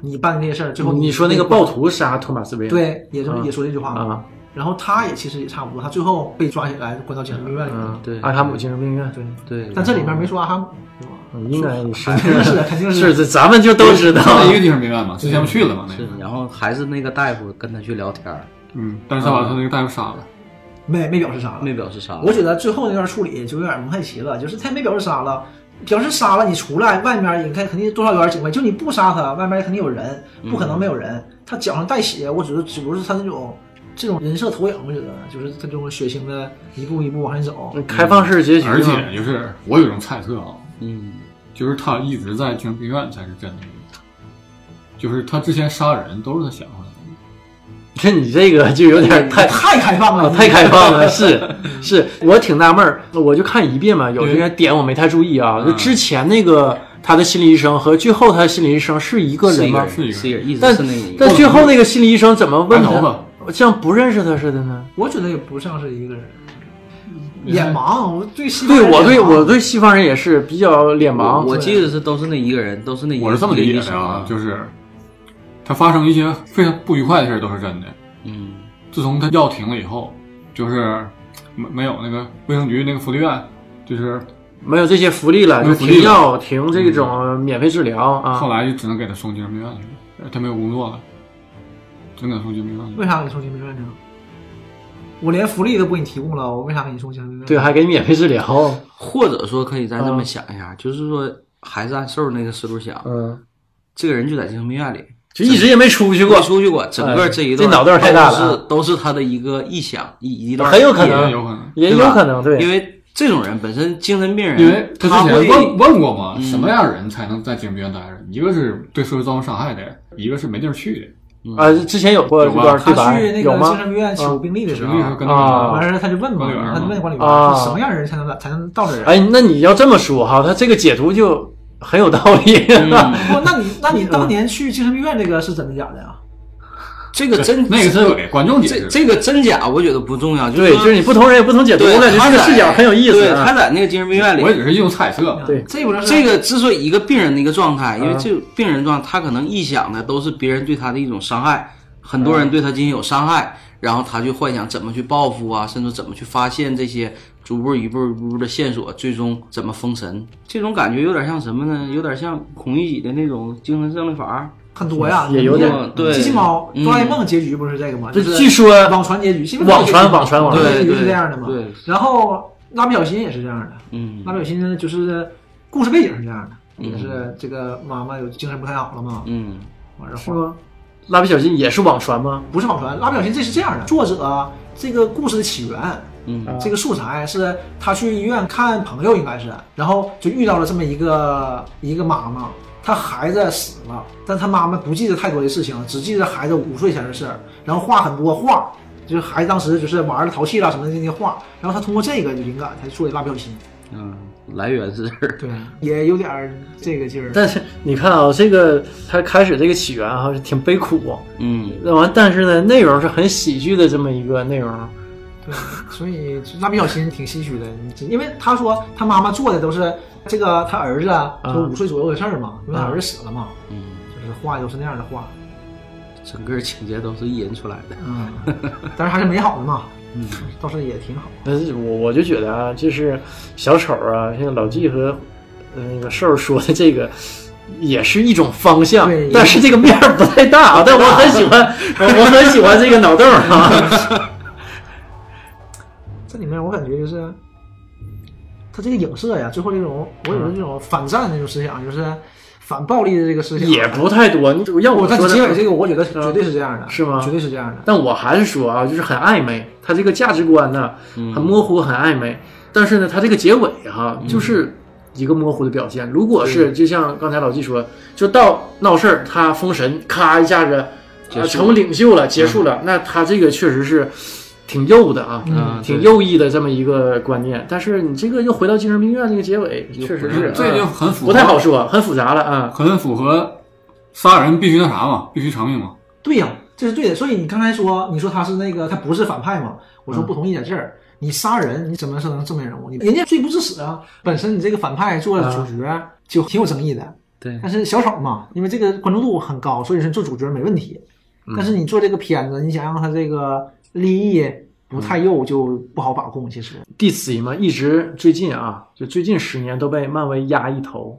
Speaker 3: 你办的那些事儿，最后
Speaker 1: 你说那个暴徒杀托马斯韦恩，
Speaker 3: 对，也这么
Speaker 1: 嗯
Speaker 3: 也说这句话嘛。
Speaker 1: 啊，
Speaker 3: 然后他也其实也差不多，他最后被抓起来关到精神病院里面
Speaker 1: 嗯
Speaker 3: 了。，
Speaker 2: 对
Speaker 1: 阿卡姆精神病院，
Speaker 3: 对，
Speaker 2: 对，
Speaker 3: 但这里面没说阿哈姆，
Speaker 1: 嗯应该是
Speaker 3: 肯定 是肯定
Speaker 1: 是，这咱们就都知道，
Speaker 4: 上一个精神病院嘛， 之前不去了嘛，那
Speaker 2: 是
Speaker 4: 个，，
Speaker 2: 然后还是那个大夫跟他去聊天儿，
Speaker 4: 嗯，但是他把他那个大夫杀了，
Speaker 3: 没没表示啥了。
Speaker 2: 没表示
Speaker 1: 啊
Speaker 2: 啥，
Speaker 3: 我觉得最后那段处理就有点蒙太奇了，就是他也没表示杀了，表示杀了你出来，外面应该肯定多少有点警卫，就你不杀他，外面肯定有人，不可能没有人。
Speaker 1: 嗯
Speaker 3: 他脚上带血，我觉得只不过是他那种这种人设投影，我觉得就是他这种血腥的一步一步往上走。
Speaker 1: 开放式结局嘛，
Speaker 4: 而且就是我有一种猜测啊，
Speaker 2: 嗯，
Speaker 4: 就是他一直在精神病院才是真的，就是他之前杀人都是他想出来的。
Speaker 1: 这你这个就有点太
Speaker 3: 太开放
Speaker 1: 啊
Speaker 3: 了，
Speaker 1: 太开放了，是是，我挺纳闷儿，我就看一遍嘛，有些点我没太注意啊，就之前那个他的心理医生和最后他的心理医生是一个
Speaker 2: 是
Speaker 1: 人
Speaker 2: 一
Speaker 1: 吗？
Speaker 2: 人
Speaker 4: 是一个人
Speaker 2: 是一人，一直
Speaker 1: 但
Speaker 2: 是那一个
Speaker 1: 但最后那个心理医生怎么问
Speaker 4: 白头
Speaker 1: 他
Speaker 4: 发？
Speaker 1: 像不认识他似的呢？
Speaker 3: 我觉得也不像是一个人。眼盲，我对西
Speaker 1: 嗯
Speaker 3: 方
Speaker 1: 对
Speaker 3: 人
Speaker 1: 我对
Speaker 3: 眼盲
Speaker 1: 我对西方人也是比较脸
Speaker 2: 我
Speaker 1: 盲，
Speaker 2: 我记得是都是那一个人，都是那一个
Speaker 4: 我是这么理
Speaker 2: 一个
Speaker 4: 解
Speaker 2: 医生
Speaker 4: 的啊，就是他发生一些非常不愉快的事儿都是真的。
Speaker 2: 嗯，
Speaker 4: 自从他药停了以后，就是没没有那个卫生局那个福利院，就是
Speaker 1: 没有这些福利了，
Speaker 4: 没
Speaker 1: 就
Speaker 4: 有福利
Speaker 1: 停药停这种免费治疗
Speaker 4: 后
Speaker 1: 啊，
Speaker 4: 来就只能给他送精神病院去了，他没有工作了，只能给他送精神病院去了。
Speaker 3: 为啥给你送精神病院呢？我连福利都不给你提供了，我为啥给你送精神病院？
Speaker 1: 对，还啊给免费治疗，
Speaker 2: 或者说可以再这么想一下，就是说还是按瘦那个思路想，
Speaker 1: 嗯，
Speaker 2: 这个人就在精神病院里，
Speaker 1: 就一直也没出去过
Speaker 2: 没，出去过，整个这一段
Speaker 1: 哎这脑袋太大了
Speaker 2: 都是都是他的一个臆想，一一段
Speaker 1: 很有可
Speaker 4: 也
Speaker 1: 能
Speaker 4: 有可能，
Speaker 1: 也有可能
Speaker 2: 因
Speaker 1: 对，
Speaker 2: 为这种人本身精神病人，
Speaker 4: 因为他
Speaker 2: 他
Speaker 4: 之
Speaker 2: 会
Speaker 4: 前问问过
Speaker 1: 嗯
Speaker 4: 嘛，什么样的人才能在精神病院待着？一个是对社会造成伤害的，一个是没地儿去的。嗯
Speaker 1: 啊，之前有过这
Speaker 4: 有吧
Speaker 1: 段对
Speaker 3: 他
Speaker 1: 白
Speaker 3: 去那，
Speaker 1: 有
Speaker 3: 个精
Speaker 1: 吗？嗯
Speaker 3: 神病院取病历的时
Speaker 4: 实
Speaker 3: 候
Speaker 4: 际，是跟那
Speaker 1: 啊
Speaker 4: 个
Speaker 3: 完事儿他就问嘛
Speaker 4: 管理员，
Speaker 3: 他就问管理员
Speaker 1: 啊
Speaker 3: 说什么样的人才能来才能到这儿？啊
Speaker 1: 哎，那你要这么说哈，他这个解读就很有道理。
Speaker 2: 嗯
Speaker 1: 哎
Speaker 3: 不，哦那你那你当年去精神病院这个是真的假的呀？
Speaker 2: 这个真
Speaker 4: 那个是有的，观众解
Speaker 2: 这
Speaker 4: 释。
Speaker 2: 这个真假，我觉得不重要，
Speaker 1: 对，
Speaker 2: 就
Speaker 1: 就是你不同人有不同解读
Speaker 2: 对
Speaker 1: 了，就
Speaker 2: 他
Speaker 1: 这个
Speaker 2: 在
Speaker 1: 视角很有意思
Speaker 2: 对，他
Speaker 1: 啊。
Speaker 2: 在那个精神病院里
Speaker 4: 我。也只是一种猜测，
Speaker 1: 对
Speaker 3: 这不就 是
Speaker 2: 这个之所以一个病人的一个状态，因为这个病人状态，他可能臆想的都是别人对他的一种伤害，很多人对他进行有伤害，然后他去幻想怎么去报复啊，甚至怎么去发现这些逐步一步一步的线索，最终怎么封神。这种感觉有点像什么呢？有点像孔乙己的那种精神胜利法。
Speaker 3: 很多呀？
Speaker 1: 也有点
Speaker 3: 嗯
Speaker 2: 对
Speaker 3: 机器猫
Speaker 2: 嗯
Speaker 3: 哆啦 A 梦结局不是这个吗？
Speaker 1: 这
Speaker 3: 就是
Speaker 1: 据说
Speaker 3: 网传结局，西
Speaker 1: 网传网传网
Speaker 2: 传
Speaker 3: 结局
Speaker 2: 对
Speaker 3: 是这样的嘛？
Speaker 2: 对对
Speaker 3: 然后蜡笔小新也是这样的，
Speaker 2: 嗯
Speaker 3: 蜡笔小新呢就是故事背景是这样的，也是这个妈妈有精神不太好了嘛，
Speaker 2: 嗯，
Speaker 3: 完
Speaker 1: 是
Speaker 3: 事儿
Speaker 1: 吗？蜡笔小新也是网传吗？
Speaker 3: 不是网传，蜡笔小新这是这样的，作者这个故事的起源，
Speaker 2: 嗯，
Speaker 3: 这个素材是他去医院看朋友，应该是，然后就遇到了这么一个一个妈妈，她孩子死了，但她妈妈不记得太多的事情，只记得孩子五岁前的事儿，然后画很多画，就是孩子当时就是玩的淘气啦什么的那些画，然后他通过这个灵感才做的蜡笔小新，
Speaker 2: 嗯，来源是这儿，
Speaker 3: 对，也有点儿这个劲儿。
Speaker 1: 但是你看啊，这个它开始这个起源哈、是挺悲苦，
Speaker 2: 嗯，
Speaker 1: 那完，但是呢，内容是很喜剧的这么一个内容。啊
Speaker 3: 对，所以蜡笔小新挺唏嘘的，你因为他说他妈妈做的都是这个他儿子
Speaker 1: 啊
Speaker 3: 就五岁左右的事儿嘛，因为他儿子死了嘛，
Speaker 2: 嗯，
Speaker 3: 就是画都是那样的 画，
Speaker 2: 整个情节都是一人出来的，
Speaker 3: 嗯，但是还是美好的嘛，
Speaker 2: 嗯，
Speaker 3: 倒是也挺好。
Speaker 1: 但是我我就觉得啊，就是小丑啊，像老纪和呃那个瘦儿说的这个。也是一种方向
Speaker 3: 对，
Speaker 1: 但是这个面儿不太大啊。但我很喜欢，我我很喜欢这个脑洞啊。
Speaker 3: 这里面我感觉就是，他这个影射呀，最后这种我有这种反战的这种思想，就是反暴力的这个思想，
Speaker 1: 也不太多。你要
Speaker 3: 我
Speaker 1: 我
Speaker 3: 在
Speaker 1: 说
Speaker 3: 结尾
Speaker 1: 的，
Speaker 3: 这个，我觉得绝对是这样的，
Speaker 1: 是吗
Speaker 3: 绝对是这样的。
Speaker 1: 但我还是说啊，就是很暧昧，他这个价值观呢
Speaker 2: 嗯
Speaker 1: 很模糊，很暧昧。但是呢，他这个结尾哈、就是一个模糊的表现。如果是就像刚才老纪说，就到闹事儿，他封神，咔一下子、
Speaker 2: 结
Speaker 1: 呃、
Speaker 2: 束
Speaker 1: 成领袖了，结束了，那他这个确实是挺右的啊。
Speaker 2: 嗯，
Speaker 1: 挺
Speaker 2: 对
Speaker 1: 右翼的这么一个观念，但是你这个又回到精神病院这个结尾，
Speaker 2: 又
Speaker 1: 确实
Speaker 2: 不
Speaker 1: 是
Speaker 2: 是
Speaker 1: 啊
Speaker 4: 这就很符
Speaker 1: 不
Speaker 4: 合
Speaker 1: 太好说，很复杂了啊。
Speaker 4: 很符合杀人必须那啥嘛，必须偿命嘛。
Speaker 3: 对呀、这是对的。所以你刚才说，你说他是那个他不是反派嘛？我
Speaker 1: 嗯
Speaker 3: 说不同意在这儿，你杀人你怎么是能正面人物？你人家罪不至死啊，本身你这个反派做
Speaker 1: 嗯
Speaker 3: 主角就挺有争议的。
Speaker 2: 对，
Speaker 3: 但是小丑嘛，因为这个关注度很高，所以说做主角没问题。
Speaker 1: 嗯
Speaker 3: 但是你做这个片子，你想让他这个利益不太
Speaker 1: 嗯
Speaker 3: 右，就不好把控。其实，
Speaker 1: DC 嘛，一直最近啊，就最近十年都被漫威压一头，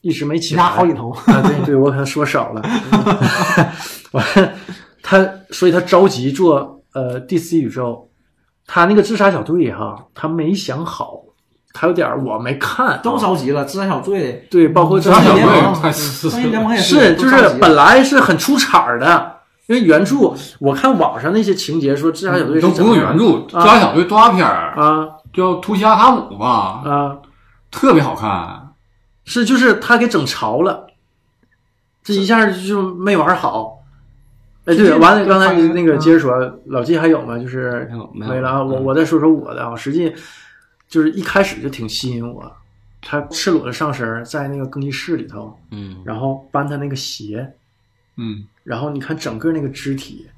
Speaker 1: 一直没起来。
Speaker 3: 压好几头
Speaker 1: 啊！对对，我可能说少 了。完，他所以他着急做呃 DC 宇宙，他那个自杀小队哈，他没想好，他有点儿我没看。啊
Speaker 3: 都着急了，自杀小队、嗯
Speaker 1: 对，哦包括这
Speaker 4: 杀小
Speaker 3: 联盟
Speaker 4: 队太
Speaker 3: 正义联盟也
Speaker 1: 是，
Speaker 3: 都
Speaker 1: 就
Speaker 3: 着急
Speaker 1: 是
Speaker 3: 了
Speaker 1: 本来是很出彩儿的，因为原著我看网上那些情节说自杀小队是
Speaker 4: 嗯都不
Speaker 1: 怎么
Speaker 4: 用
Speaker 1: 样
Speaker 4: 原著，
Speaker 1: 啊
Speaker 4: 抓小队抓片儿、
Speaker 1: 啊
Speaker 4: 叫《图西阿卡姆》吧，
Speaker 1: 啊，
Speaker 4: 特别好看。
Speaker 1: 是就是他给整潮了，这一下就没玩好。哎，对，完了，刚才那
Speaker 3: 啊
Speaker 1: 个接着说，老纪还有吗？就是
Speaker 2: 没有没有
Speaker 1: 没了啊。我
Speaker 2: 嗯
Speaker 1: 我再说说我的啊，实际就是一开始就挺吸引我，他赤裸的上身儿在那个更衣室里头，
Speaker 2: 嗯，
Speaker 1: 然后搬他那个鞋，
Speaker 4: 嗯，
Speaker 1: 然后你看整个那个肢体，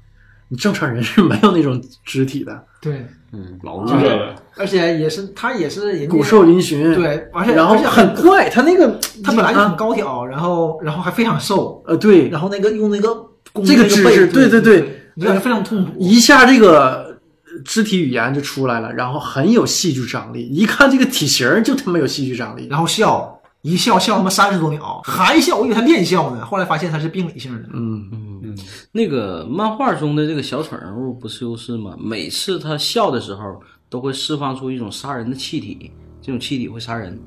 Speaker 1: 你正常人是没有那种肢体的，
Speaker 3: 对，
Speaker 2: 嗯，
Speaker 4: 老
Speaker 1: 热
Speaker 4: 了。
Speaker 3: 而且也是他也是人家
Speaker 1: 骨瘦嶙峋，
Speaker 3: 对，而且
Speaker 1: 然后
Speaker 3: 而且
Speaker 1: 很怪，他那个
Speaker 3: 他本来就很
Speaker 1: 啊
Speaker 3: 高挑，然后然后还非常瘦，
Speaker 1: 呃，对，
Speaker 3: 然后那个用那个弓
Speaker 1: 这个
Speaker 3: 那
Speaker 1: 姿
Speaker 3: 背
Speaker 1: 势
Speaker 3: 对
Speaker 1: 对对对
Speaker 3: 你就感觉非常痛苦。
Speaker 1: 一下这个呃肢体语言就出来了，然后很有戏剧张力。一看这个体型儿就他妈有戏剧张力。
Speaker 3: 然后笑一笑笑他妈三十多秒，还笑，我以为他练笑呢，后来发现他是病理性的。
Speaker 1: 嗯，
Speaker 2: 那个漫画中的这个小丑人物不就是吗？每次他笑的时候，都会释放出一种杀人的气体，这种气体会杀人。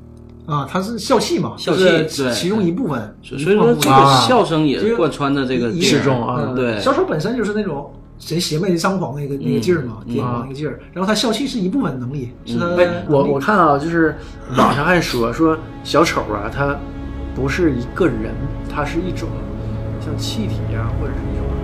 Speaker 3: 啊，他是笑气嘛，
Speaker 2: 笑气
Speaker 3: 就是
Speaker 2: 对
Speaker 3: 其中一部分。
Speaker 2: 所以说，这
Speaker 1: 啊
Speaker 2: 个笑声
Speaker 3: 这
Speaker 2: 也
Speaker 3: 个
Speaker 2: 贯穿着这个
Speaker 3: 一
Speaker 2: 电影
Speaker 1: 始终啊
Speaker 3: 嗯
Speaker 2: 对
Speaker 3: 小丑本身就是那种贼邪魅张狂那个那个劲儿嘛，癫狂那个劲儿。然后他笑气是一部分能力，是他
Speaker 1: 哎，我我看啊，就是网上还说说小丑啊，他不是一个人，他是一种像气体啊，或者是一种